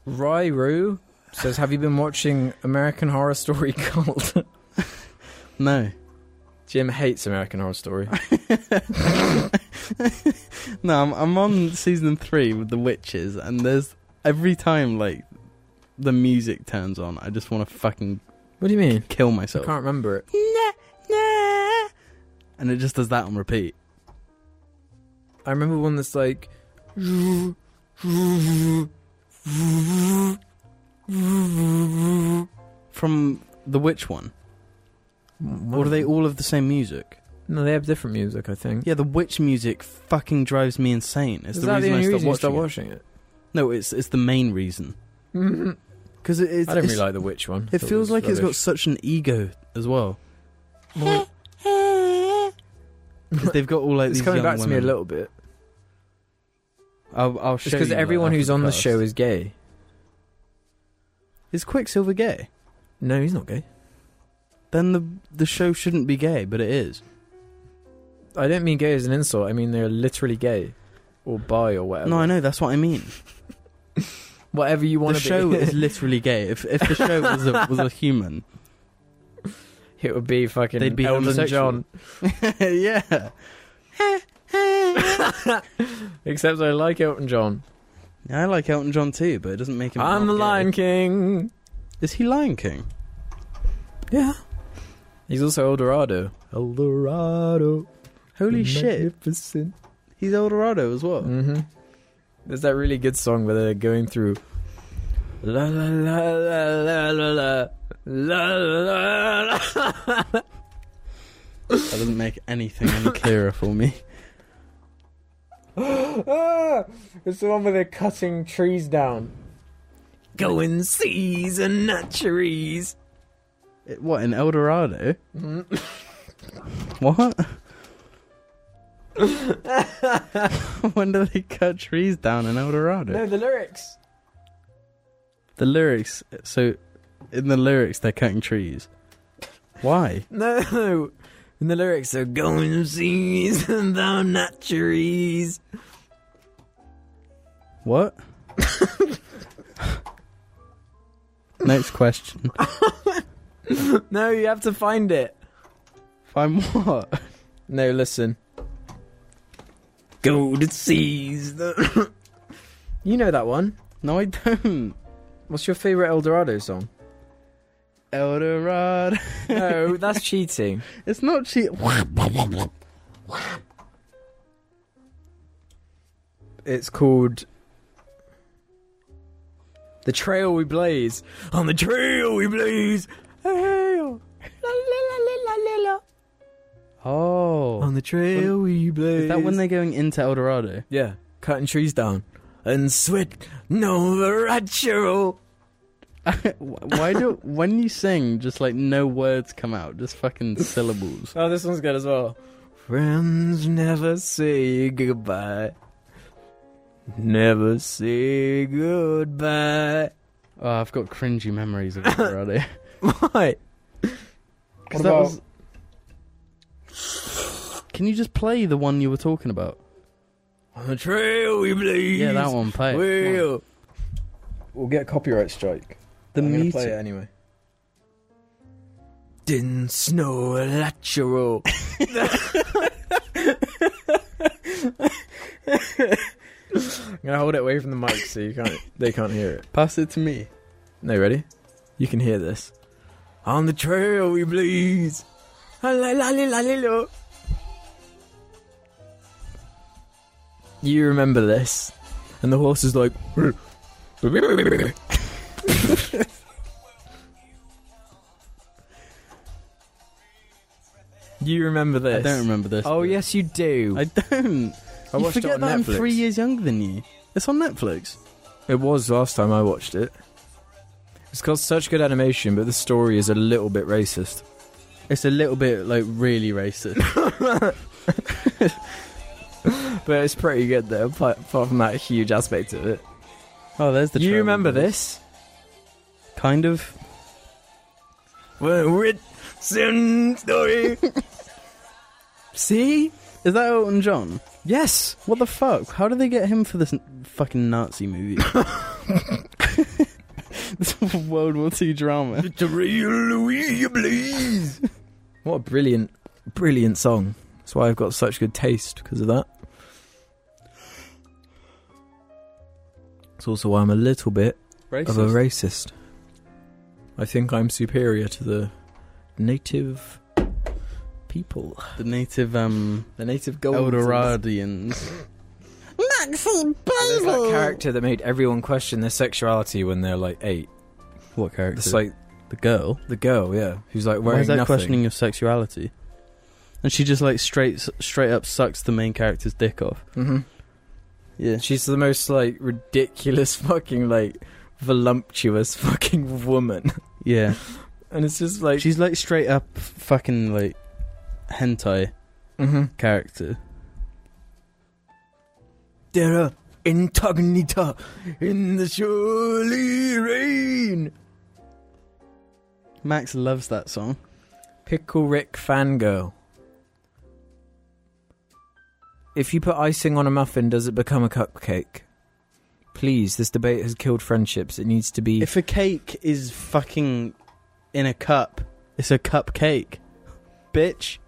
Speaker 2: Ryru says, Have you been watching American Horror Story Cult?
Speaker 4: No.
Speaker 2: Jim hates American Horror Story.
Speaker 4: no, I'm, I'm on season three with the witches, and there's every time like the music turns on, I just want to fucking
Speaker 2: What do you mean?
Speaker 4: kill
Speaker 2: I
Speaker 4: myself.
Speaker 2: can't remember it.
Speaker 4: Nah, nah. And it just does that on repeat.
Speaker 2: I remember one that's like.
Speaker 4: From the witch one. Or are they all of the same music?
Speaker 2: No, they have different music, I think.
Speaker 4: Yeah, the witch music fucking drives me insane. It's
Speaker 2: Is
Speaker 4: the
Speaker 2: that
Speaker 4: reason
Speaker 2: the only
Speaker 4: I
Speaker 2: reason you
Speaker 4: stopped
Speaker 2: start
Speaker 4: watching. it.
Speaker 2: watching it?
Speaker 4: No, it's it's the main reason. Because it, it's,
Speaker 2: I don't
Speaker 4: it's-
Speaker 2: really like the witch one.
Speaker 4: It feels like it's got such an ego as well.
Speaker 2: More-
Speaker 4: 'Cause they've got all like
Speaker 2: It's
Speaker 4: these
Speaker 2: coming
Speaker 4: young
Speaker 2: back to me a
Speaker 4: women.
Speaker 2: little bit.
Speaker 4: I'll, I'll show
Speaker 2: Just because
Speaker 4: you, like,
Speaker 2: everyone
Speaker 4: after
Speaker 2: who's on the
Speaker 4: cast.
Speaker 2: show is gay.
Speaker 4: is Quicksilver gay.
Speaker 2: No, he's not gay.
Speaker 4: Then the the show shouldn't be gay, but it is.
Speaker 2: I don't mean gay as an insult. I mean they're literally gay, or bi, or whatever.
Speaker 4: No, I know. That's what I mean.
Speaker 2: Whatever you
Speaker 4: The
Speaker 2: want to
Speaker 4: show
Speaker 2: be.
Speaker 4: is literally gay. If if the show was a was a human,
Speaker 2: it would be fucking.
Speaker 4: They'd be
Speaker 2: Elton
Speaker 4: homosexual.
Speaker 2: John.
Speaker 4: yeah.
Speaker 2: Except I like Elton John.
Speaker 4: I like Elton John too, but it doesn't make him.
Speaker 2: I'm the
Speaker 4: not gay.
Speaker 2: Lion King.
Speaker 4: Is he Lion King?
Speaker 2: Yeah. He's also El Dorado. El Dorado.
Speaker 4: Holy shit,
Speaker 2: Magnificent.
Speaker 4: he's El Dorado as well.
Speaker 2: Mm-hmm. There's that really good song where they're going through. La la la la la la la la la la. la.
Speaker 4: That doesn't make anything any clearer for me.
Speaker 2: ah, it's the one where they're cutting trees down. Go and seize and nut trees.
Speaker 4: It- what in El Dorado?
Speaker 2: Mm.
Speaker 4: What? when do they cut trees down in El Dorado?
Speaker 2: the lyrics.
Speaker 4: The lyrics. So, in the lyrics, they're cutting trees. Why?
Speaker 2: No, in the lyrics are go and seize and thou nut trees.
Speaker 4: What? Next question.
Speaker 2: No, you have to find it.
Speaker 4: Find what?
Speaker 2: No, listen. Go to seize the. you know that one.
Speaker 4: No, I don't.
Speaker 2: What's your favorite El Dorado song?
Speaker 4: El Dorado.
Speaker 2: No, that's cheating.
Speaker 4: It's not Oh. cheap.
Speaker 2: it's called The Trail We Blaze. On the trail we blaze. Hey, oh. La, la, la, la, la, la.
Speaker 4: Oh.
Speaker 2: On the trail we blaze.
Speaker 4: Is that when they're going into El Dorado?
Speaker 2: Yeah, cutting trees down. And sweat natural.
Speaker 4: Why do when you sing just like no words come out, just fucking syllables?
Speaker 2: Oh, this one's good as well. Friends never say goodbye. Never say goodbye.
Speaker 4: Oh, I've got cringy memories of El Dorado.
Speaker 2: Why?
Speaker 4: Because
Speaker 2: What
Speaker 4: that
Speaker 2: about-
Speaker 4: was. Can you just play the one you were talking about?
Speaker 2: On the trail we blaze.
Speaker 4: Yeah, that one. Play. it. Come on.
Speaker 2: We'll, we'll get a copyright strike.
Speaker 4: The
Speaker 2: I'm gonna
Speaker 4: music.
Speaker 2: play it anyway. Didn't snow a lateral. I'm gonna hold it away from the mic so you can't they can't hear it.
Speaker 4: Pass it to me.
Speaker 2: No, ready? You can hear this. On the trail we blaze. Ah, la, la, la, la, la, la. You remember this. And the horse is like. you remember this?
Speaker 4: I don't remember this.
Speaker 2: Oh,
Speaker 4: bit.
Speaker 2: yes, you do.
Speaker 4: I don't.
Speaker 2: I
Speaker 4: you
Speaker 2: watched it
Speaker 4: forget
Speaker 2: on
Speaker 4: that I'm
Speaker 2: Netflix.
Speaker 4: three years younger than you. It's on Netflix.
Speaker 2: It was last time I watched it. It's got such good animation, but the story is a little bit racist.
Speaker 4: It's a little bit like really racist.
Speaker 2: But it's pretty good though, apart apart from that huge aspect of it.
Speaker 4: Oh, there's the.
Speaker 2: you
Speaker 4: trailer.
Speaker 2: remember this?
Speaker 4: Kind of.
Speaker 2: Well, weird sin story. See?
Speaker 4: Is that Elton John?
Speaker 2: Yes.
Speaker 4: What the fuck? How did they get him for this n- fucking Nazi movie? this World War II drama.
Speaker 2: It's a real Louis, please. What a brilliant, brilliant song. That's why I've got such good taste because of that. It's also why I'm a little bit of a racist. I think I'm superior to the native people,
Speaker 4: the native um
Speaker 2: the native gold.
Speaker 4: Eldoradians.
Speaker 6: Maxine
Speaker 2: Oh, There's that
Speaker 6: Bailey.
Speaker 2: character that made everyone question their sexuality when they're like eight.
Speaker 4: What character?
Speaker 2: It's like
Speaker 4: the girl.
Speaker 2: the girl, yeah, who's like
Speaker 4: Why
Speaker 2: wearing
Speaker 4: is that
Speaker 2: nothing.
Speaker 4: questioning your sexuality? And she just like straight straight up sucks the main character's dick off.
Speaker 2: hmm
Speaker 4: Yeah.
Speaker 2: She's the most like ridiculous fucking like voluptuous fucking woman,
Speaker 4: Yeah.
Speaker 2: and it's just like
Speaker 4: She's like straight up fucking like hentai
Speaker 2: Mhm.
Speaker 4: character.
Speaker 2: Terra incognita in the surely rain.
Speaker 4: Max loves that song.
Speaker 2: Pickle Rick fangirl. If you put icing on a muffin, does it become a cupcake? Please, this debate has killed friendships. It needs to be.
Speaker 4: If a cake is fucking in a cup, it's a cupcake. Bitch.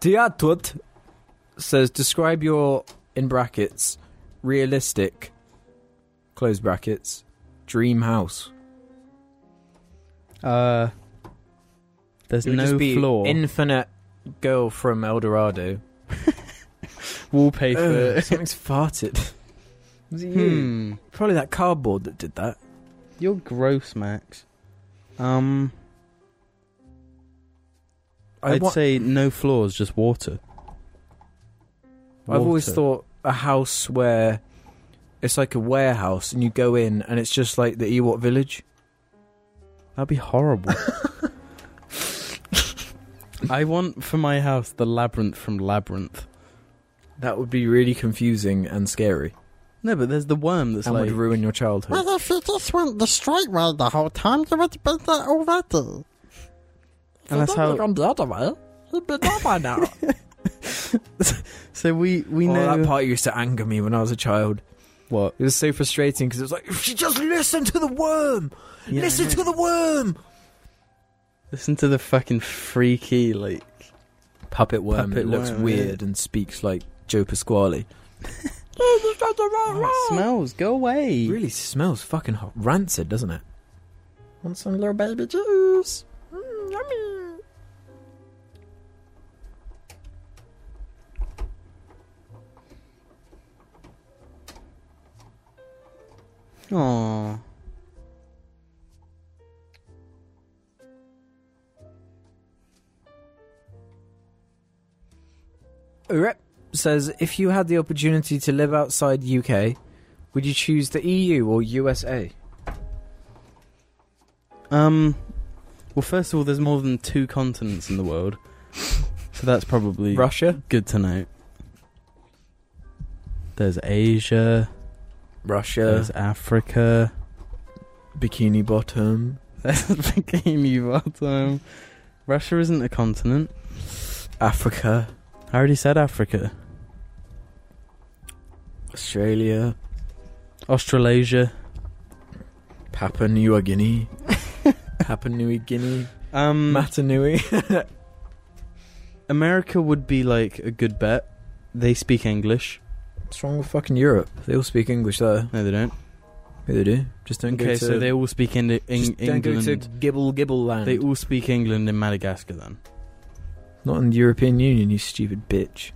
Speaker 2: Diatut says, describe your, in brackets, realistic, close brackets, dream house.
Speaker 4: Uh there's
Speaker 2: It would
Speaker 4: no
Speaker 2: just be
Speaker 4: floor.
Speaker 2: Infinite girl from El Dorado.
Speaker 4: Wallpaper.
Speaker 2: Ugh, something's farted. Was it you?
Speaker 4: hmm.
Speaker 2: Probably that cardboard that did that.
Speaker 4: You're gross, Max. Um
Speaker 2: I
Speaker 4: I'd
Speaker 2: wa-
Speaker 4: say no floors, just water.
Speaker 2: I've always
Speaker 4: Water.
Speaker 2: thought a house where it's like a warehouse and you go in and it's just like the Ewok village.
Speaker 4: That'd be horrible. I want for my house the labyrinth from Labyrinth.
Speaker 2: That would be really confusing and scary.
Speaker 4: No, but there's the worm that's
Speaker 2: and
Speaker 4: like
Speaker 2: would ruin your childhood.
Speaker 6: Well, if you just went the straight way the whole time, you would have been there already.
Speaker 4: And that's how-
Speaker 2: gone the other way. You'd been there by now.
Speaker 4: So we we
Speaker 2: oh,
Speaker 4: know
Speaker 2: that part used to anger me when I was a child.
Speaker 4: what.
Speaker 2: It was so frustrating because it was like, if you just listen to the worm,
Speaker 4: Yeah,
Speaker 2: listen
Speaker 4: I know.
Speaker 2: to the worm.
Speaker 4: listen to the fucking freaky like
Speaker 2: Puppet worm
Speaker 4: Puppet
Speaker 2: that looks
Speaker 4: worm,
Speaker 2: weird and speaks like Joe Pasquale.
Speaker 4: oh, it smells. Go away.
Speaker 2: It really smells fucking hot. rancid, doesn't it?
Speaker 6: Want some little baby juice? Mm, yummy.
Speaker 4: Aw.
Speaker 2: Rep says, if you had the opportunity to live outside UK, would you choose the EU or USA?
Speaker 4: Um. Well, first of all, there's more than two continents in the world, so that's probably
Speaker 2: Russia?
Speaker 4: good to know. There's Asia.
Speaker 2: Russia.
Speaker 4: There's Africa.
Speaker 2: Bikini Bottom.
Speaker 4: There's Bikini Bottom. um, Russia isn't a continent.
Speaker 2: Africa.
Speaker 4: I already said Africa.
Speaker 2: Australia.
Speaker 4: Australasia.
Speaker 2: Papua New Guinea. Papua New Guinea. Hmm.
Speaker 4: Um.
Speaker 2: Matanui.
Speaker 4: America would be like a good bet. They speak English.
Speaker 2: What's wrong with fucking Europe? They all speak English there.
Speaker 4: No, they don't.
Speaker 2: Yeah, they do. Just don't go
Speaker 4: Okay,
Speaker 2: to.
Speaker 4: so they all speak in, in
Speaker 2: just don't
Speaker 4: England.
Speaker 2: go to Gibble Gibble Land.
Speaker 4: They all speak England in Madagascar then.
Speaker 2: Not in the European Union, you stupid bitch.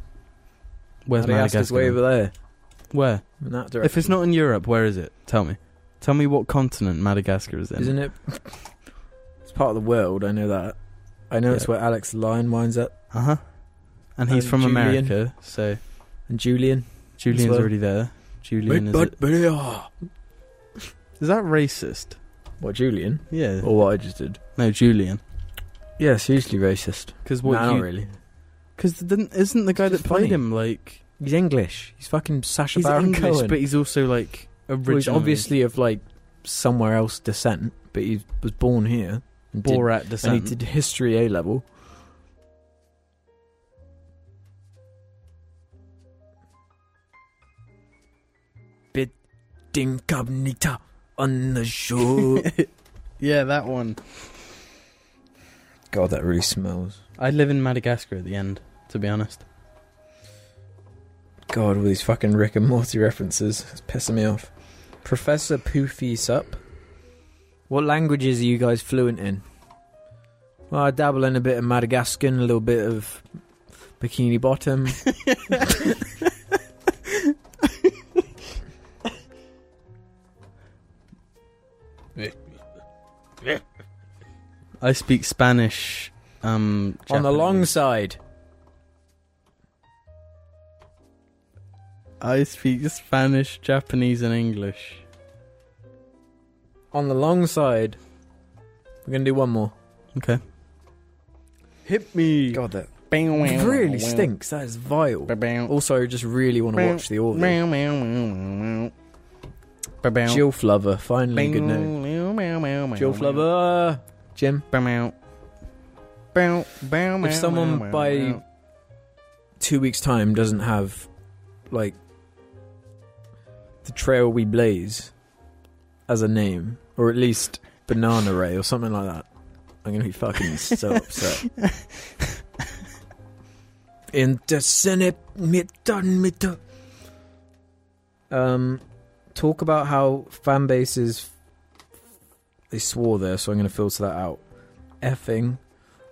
Speaker 4: Where's
Speaker 2: Madagascar's
Speaker 4: Madagascar?
Speaker 2: way
Speaker 4: then?
Speaker 2: over there.
Speaker 4: Where?
Speaker 2: In that direction.
Speaker 4: If it's not in Europe, where is it? Tell me. Tell me what continent Madagascar is in.
Speaker 2: Isn't it? It's part of the world, I know that. I know it's
Speaker 4: Yeah.
Speaker 2: where Alex Lyon winds up.
Speaker 4: Uh huh. and he's
Speaker 2: And
Speaker 4: from
Speaker 2: Julian.
Speaker 4: America, so
Speaker 2: And Julian.
Speaker 4: Julian's
Speaker 2: well.
Speaker 4: already there. Julian is. it- Is that racist?
Speaker 2: What, Julian?
Speaker 4: Yeah.
Speaker 2: Or what I just did?
Speaker 4: No, Julian.
Speaker 2: Yeah, seriously racist.
Speaker 4: Because what?
Speaker 2: Nah,
Speaker 4: you,
Speaker 2: not really.
Speaker 4: Because isn't the guy
Speaker 2: It's
Speaker 4: that
Speaker 2: just
Speaker 4: played
Speaker 2: funny.
Speaker 4: him like
Speaker 2: He's English. He's fucking Sasha
Speaker 4: he's
Speaker 2: Baron
Speaker 4: English,
Speaker 2: Cohen.
Speaker 4: but he's also like
Speaker 2: Well, he's
Speaker 4: originally
Speaker 2: obviously of like somewhere else descent, but he was born here. And did-
Speaker 4: Borat descent.
Speaker 2: And he did history A level. Bit incognita on the show.
Speaker 4: yeah, that one.
Speaker 2: God, that really smells.
Speaker 4: I live in Madagascar at the end. To be honest,
Speaker 2: God, all these fucking Rick and Morty references. It's pissing me off. Professor Poofy Sup. What languages are you guys fluent in? Well, I dabble in a bit of Madagascan, a little bit of Bikini Bottom.
Speaker 4: I speak Spanish. Um,
Speaker 2: On the long
Speaker 4: Japanese.
Speaker 2: side.
Speaker 4: I speak Spanish, Japanese, and English.
Speaker 2: On the long side. We're going to do one more.
Speaker 4: Okay. Hit me.
Speaker 2: God, that really Oh, stinks. That is vile. Also, I just really want to watch the audio. Jill Flover, finally, good news. Jill Flover. Jim. If someone by two weeks' time doesn't have, like, the trail we blaze as a name, or at least Banana Ray or something like that, I'm gonna be fucking so upset. In the Senate, mid mid Um, talk about how fan bases they swore there, so I'm gonna filter that out. Effing,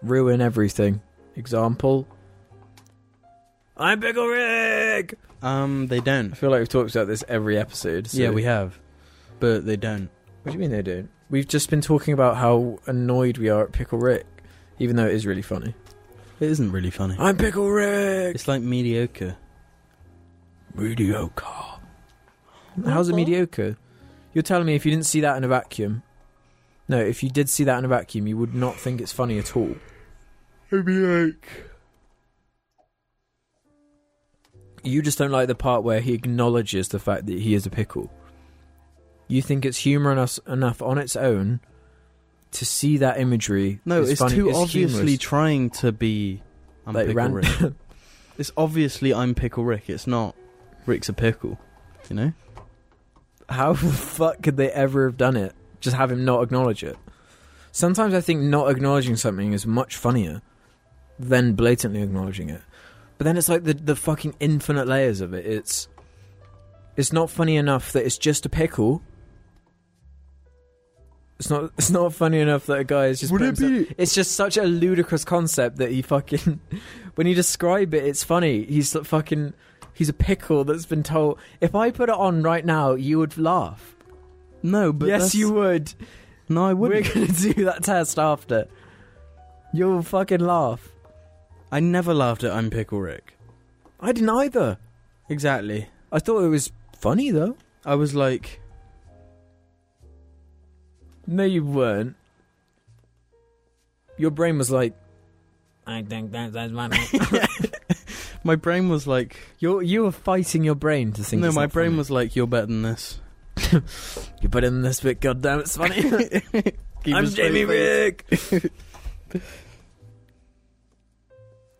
Speaker 2: ruin everything. Example. I'm Pickle Rick!
Speaker 4: Um, they don't.
Speaker 2: I feel like we've talked about this every episode. so-
Speaker 4: Yeah, we have, but they don't.
Speaker 2: What do you mean they don't? We've just been talking about how annoyed we are at Pickle Rick, even though it is really funny.
Speaker 4: It isn't really funny.
Speaker 2: I'm Pickle Rick!
Speaker 4: It's like mediocre.
Speaker 2: Mediocre. How's it mediocre? You're telling me if you didn't see that in a vacuum. No, if you did see that in a vacuum, you would not think it's funny at all. You just don't like the part where he acknowledges the fact that he is a pickle. You think it's humor enough, enough on its own to see that imagery.
Speaker 4: No,
Speaker 2: is
Speaker 4: it's
Speaker 2: funny.
Speaker 4: too
Speaker 2: it's
Speaker 4: obviously
Speaker 2: humorous.
Speaker 4: trying to be. I'm
Speaker 2: Like
Speaker 4: pickle
Speaker 2: ran-
Speaker 4: Rick. It's obviously I'm pickle Rick. It's not Rick's a pickle. You know.
Speaker 2: How the fuck could they ever have done it? Just have him not acknowledge it. Sometimes I think not acknowledging something is much funnier than blatantly acknowledging it. But then it's like the the fucking infinite layers of it. It's it's not funny enough that it's just a pickle. It's not it's not funny enough that a guy is just putting himself- it's just such a ludicrous concept that he fucking when you describe it it's funny he's like fucking he's a pickle that's been told if i put it on right now you would laugh
Speaker 4: No, but
Speaker 2: yes
Speaker 4: that's-
Speaker 2: you would
Speaker 4: No, I
Speaker 2: we're
Speaker 4: wouldn't.
Speaker 2: gonna do that test after you'll fucking laugh
Speaker 4: I never laughed at I'm pickle Rick.
Speaker 2: i didn't either
Speaker 4: Exactly.
Speaker 2: i thought it was funny though
Speaker 4: I was like,
Speaker 2: no you weren't your brain was like i think that, that's funny
Speaker 4: my brain was like,
Speaker 2: you you were fighting your brain to think
Speaker 4: no,
Speaker 2: it's
Speaker 4: my
Speaker 2: not
Speaker 4: brain
Speaker 2: funny.
Speaker 4: was like, you're better than this.
Speaker 2: you put in this bit goddamn it's funny
Speaker 4: Keep a straight face.
Speaker 2: Rick.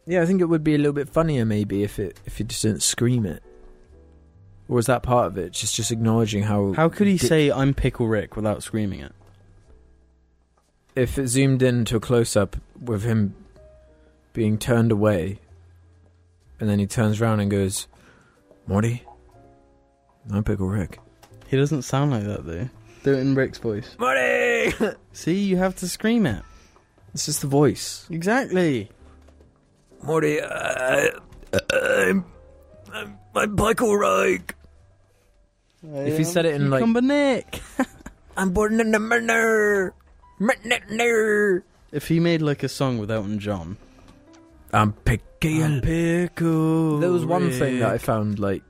Speaker 2: yeah, I think it would be a little bit funnier maybe if it if you just didn't scream it. Or is that part of it? Just just acknowledging how
Speaker 4: How could he
Speaker 2: di-
Speaker 4: say I'm pickle Rick without screaming it?
Speaker 2: if it zoomed in to a close up with him being turned away, and then he turns around and goes, "Morty, I'm Pickle Rick."
Speaker 4: He doesn't sound like that though. Do it in Rick's voice.
Speaker 2: Morty.
Speaker 4: See, you have to scream it.
Speaker 2: it's just the voice.
Speaker 4: Exactly.
Speaker 2: Morty, uh, I'm, I'm, I'm Pickle Rick. If you said it in, like-
Speaker 4: Cucumber Nick.
Speaker 2: I'm born in the manor. Manor.
Speaker 4: If he made like a song with Elton John,
Speaker 2: I'm picky.
Speaker 4: I'm pickle.
Speaker 2: There was one thing that I
Speaker 4: Rick.
Speaker 2: found like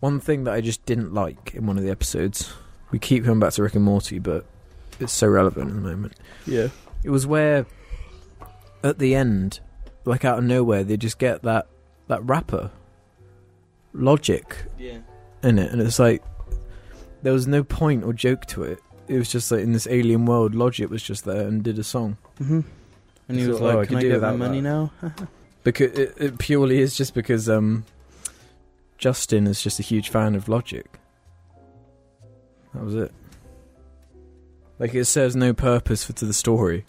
Speaker 2: one thing that I just didn't like in one of the episodes. We keep coming back to Rick and Morty, but it's so relevant at the moment.
Speaker 4: yeah.
Speaker 2: It was where at the end, like out of nowhere, they just get that that rapper logic
Speaker 4: Yeah.
Speaker 2: in it, and it's like there was no point or joke to it. It was just like in this alien world, logic was just there and did a song
Speaker 4: hmm And he
Speaker 2: So,
Speaker 4: was
Speaker 2: oh,
Speaker 4: like,
Speaker 2: I
Speaker 4: "Can
Speaker 2: could
Speaker 4: I
Speaker 2: do
Speaker 4: get my
Speaker 2: without
Speaker 4: money
Speaker 2: that."
Speaker 4: now?"
Speaker 2: because it, it purely is just because um, Justin is just a huge fan of logic. That was it. Like it serves no purpose for to the story.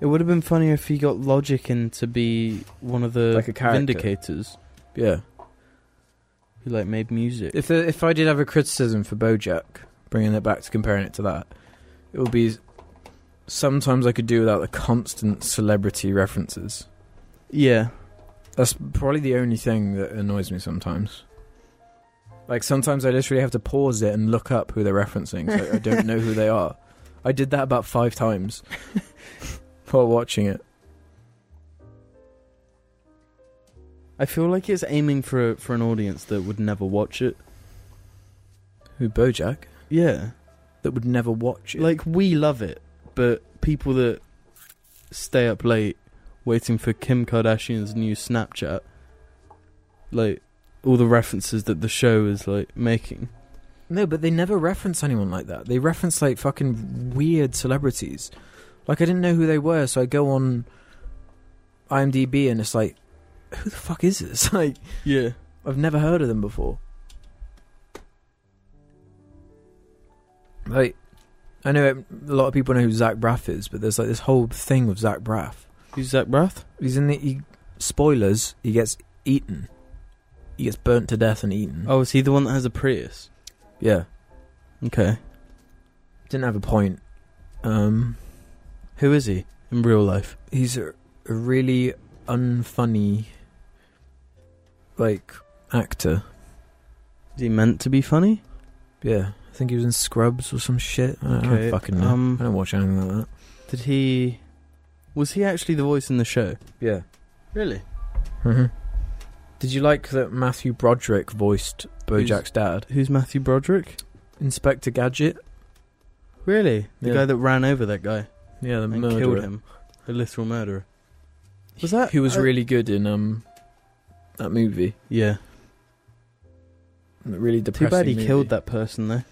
Speaker 4: It would have been funnier if he got Logic in to be one of the
Speaker 2: Like a character.
Speaker 4: vindicators
Speaker 2: Yeah.
Speaker 4: who like made music.
Speaker 2: If there, if I did have a criticism for BoJack, bringing it back to comparing it to that, it would be sometimes I could do without the constant celebrity references.
Speaker 4: yeah.
Speaker 2: That's probably the only thing that annoys me sometimes. Like sometimes I literally have to pause it and look up who they're referencing. So I don't know who they are. I did that about five times while watching it.
Speaker 4: I feel like it's aiming for for an audience that would never watch it.
Speaker 2: Who BoJack?
Speaker 4: Yeah.
Speaker 2: That would never watch it.
Speaker 4: Like we love it, but people that stay up late waiting for Kim Kardashian's new Snapchat, like all the references that the show is like making.
Speaker 2: no, but they never reference anyone like that. They reference like fucking weird celebrities. Like I didn't know who they were, so I go on IMDb and it's like, who the fuck is this? Like
Speaker 4: Yeah.
Speaker 2: I've never heard of them before. Like, I know it- a lot of people know who Zach Braff is, but there's like this whole thing with Zach Braff.
Speaker 4: Who's Zach Braff?
Speaker 2: He's in the he, spoilers. He gets eaten. He gets burnt to death and eaten.
Speaker 4: Oh, is he the one that has a Prius?
Speaker 2: yeah,
Speaker 4: Okay.
Speaker 2: didn't have a point. Um,
Speaker 4: Who is he in real life?
Speaker 2: he's a, a really unfunny, like actor.
Speaker 4: Is he meant to be funny?
Speaker 2: Yeah, I think he was in Scrubs or some shit. I don't, I don't
Speaker 4: Okay,
Speaker 2: fucking know.
Speaker 4: um,
Speaker 2: I don't watch anything like that.
Speaker 4: Did he. Was he actually the voice in the show?
Speaker 2: Yeah.
Speaker 4: Really? Mm-hmm.
Speaker 2: hmm Did you like that Matthew Broderick voiced BoJack's dad,
Speaker 4: Who's Matthew Broderick?
Speaker 2: Inspector Gadget?
Speaker 4: Really? The
Speaker 2: Yeah.
Speaker 4: guy that ran over that guy
Speaker 2: Yeah, the
Speaker 4: and
Speaker 2: murderer.
Speaker 4: killed him. Uh, The literal murderer. Was that-
Speaker 2: Who was
Speaker 4: I-
Speaker 2: really good in um that movie?
Speaker 4: Yeah.
Speaker 2: That really
Speaker 4: Too
Speaker 2: depressing.
Speaker 4: bad he
Speaker 2: movie.
Speaker 4: killed that person, though.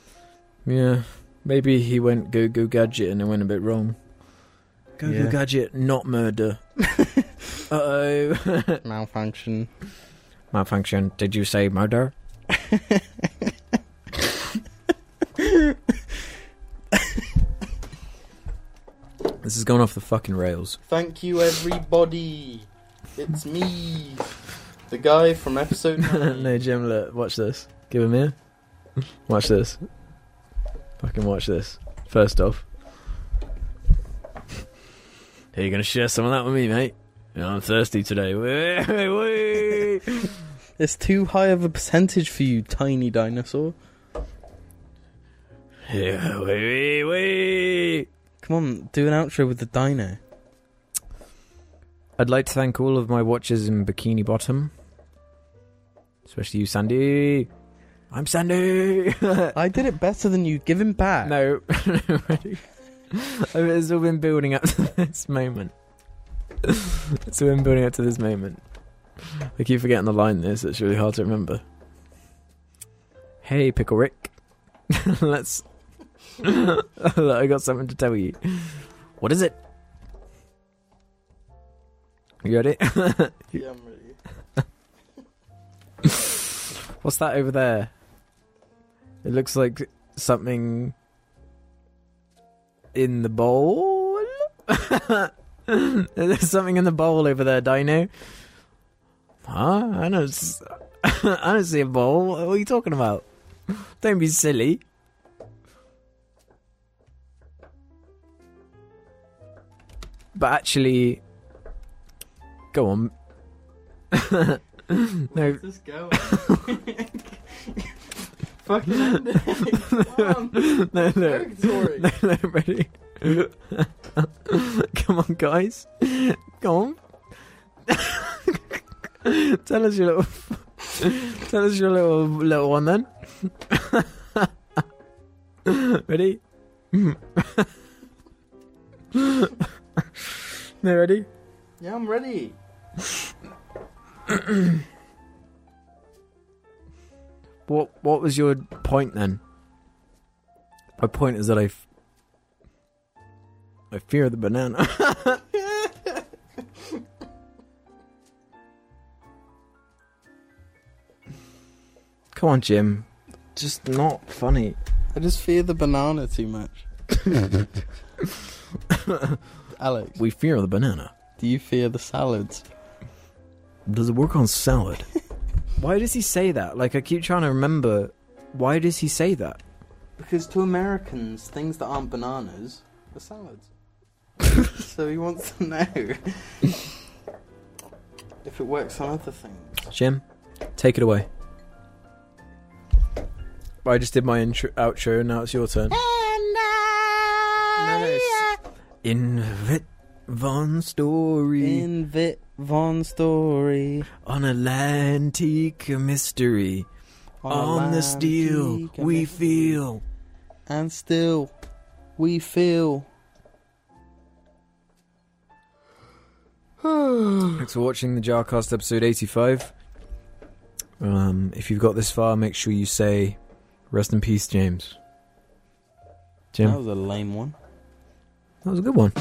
Speaker 2: Yeah, maybe he went go go gadget and it went a bit wrong. Go
Speaker 4: Yeah.
Speaker 2: go gadget, not murder. uh oh,
Speaker 4: Malfunction.
Speaker 2: malfunction. Did you say murder? This has gone off the fucking rails.
Speaker 4: Thank you, everybody. It's me, the guy from episode
Speaker 2: no, Jim, look, watch this. Give him here. Watch this. Fucking watch this. First off. Are you gonna share some of that with me, mate? You know, I'm thirsty today. Wee, wee, wee.
Speaker 4: It's too high of a percentage for you, tiny dinosaur.
Speaker 2: yeah, wee, wee, wee.
Speaker 4: Come on, do an outro with the dino.
Speaker 2: I'd like to thank all of my watchers in Bikini Bottom. Especially you, Sandy. I'm Sandy.
Speaker 4: I did it better than you. Give him back.
Speaker 2: No, ready. it's all been building up to this moment. it's all been building up to this moment. I keep forgetting the line. This it's really hard to remember. Hey, pickle Rick. Let's. I got something to tell you. What is it? You ready?
Speaker 4: Yeah, I'm ready.
Speaker 2: What's that over there? It looks like something in the bowl. There's something in the bowl over there, Dino. Huh? I don't. s- I don't see a bowl. What are you talking about? Don't be silly. But actually, go on. no,
Speaker 4: this going? Fucking end Um,
Speaker 2: no, no. No, no, ready? Come on, guys. Go on. tell us your little. tell us your little little one then. ready? no, ready?
Speaker 4: Yeah, I'm ready.
Speaker 2: What What was your point then? My point is that I, f- I fear the banana. Come on, Jim. Just not funny.
Speaker 4: I just fear the banana too much. Alex,
Speaker 2: We fear the banana.
Speaker 4: do you fear the salads?
Speaker 2: Does it work on salad? why does he say that? Like I keep trying to remember. Why does he say that?
Speaker 4: Because to Americans, things that aren't bananas are salads. so he wants to know if it works on other things.
Speaker 2: Jim, take it away. I just did my intro- outro, now it's your turn. Invit Von Story
Speaker 4: In Vit Von story.
Speaker 2: on Atlantic mystery. On, the
Speaker 4: land,
Speaker 2: steel,
Speaker 4: cheek, and
Speaker 2: we
Speaker 4: it-
Speaker 2: feel.
Speaker 4: And still, we feel.
Speaker 2: Thanks for watching the Jarcast episode 85. Um, if you've got this far, make sure you say, Rest in peace, James. Jim,
Speaker 4: That was a lame one.
Speaker 2: that was a good one.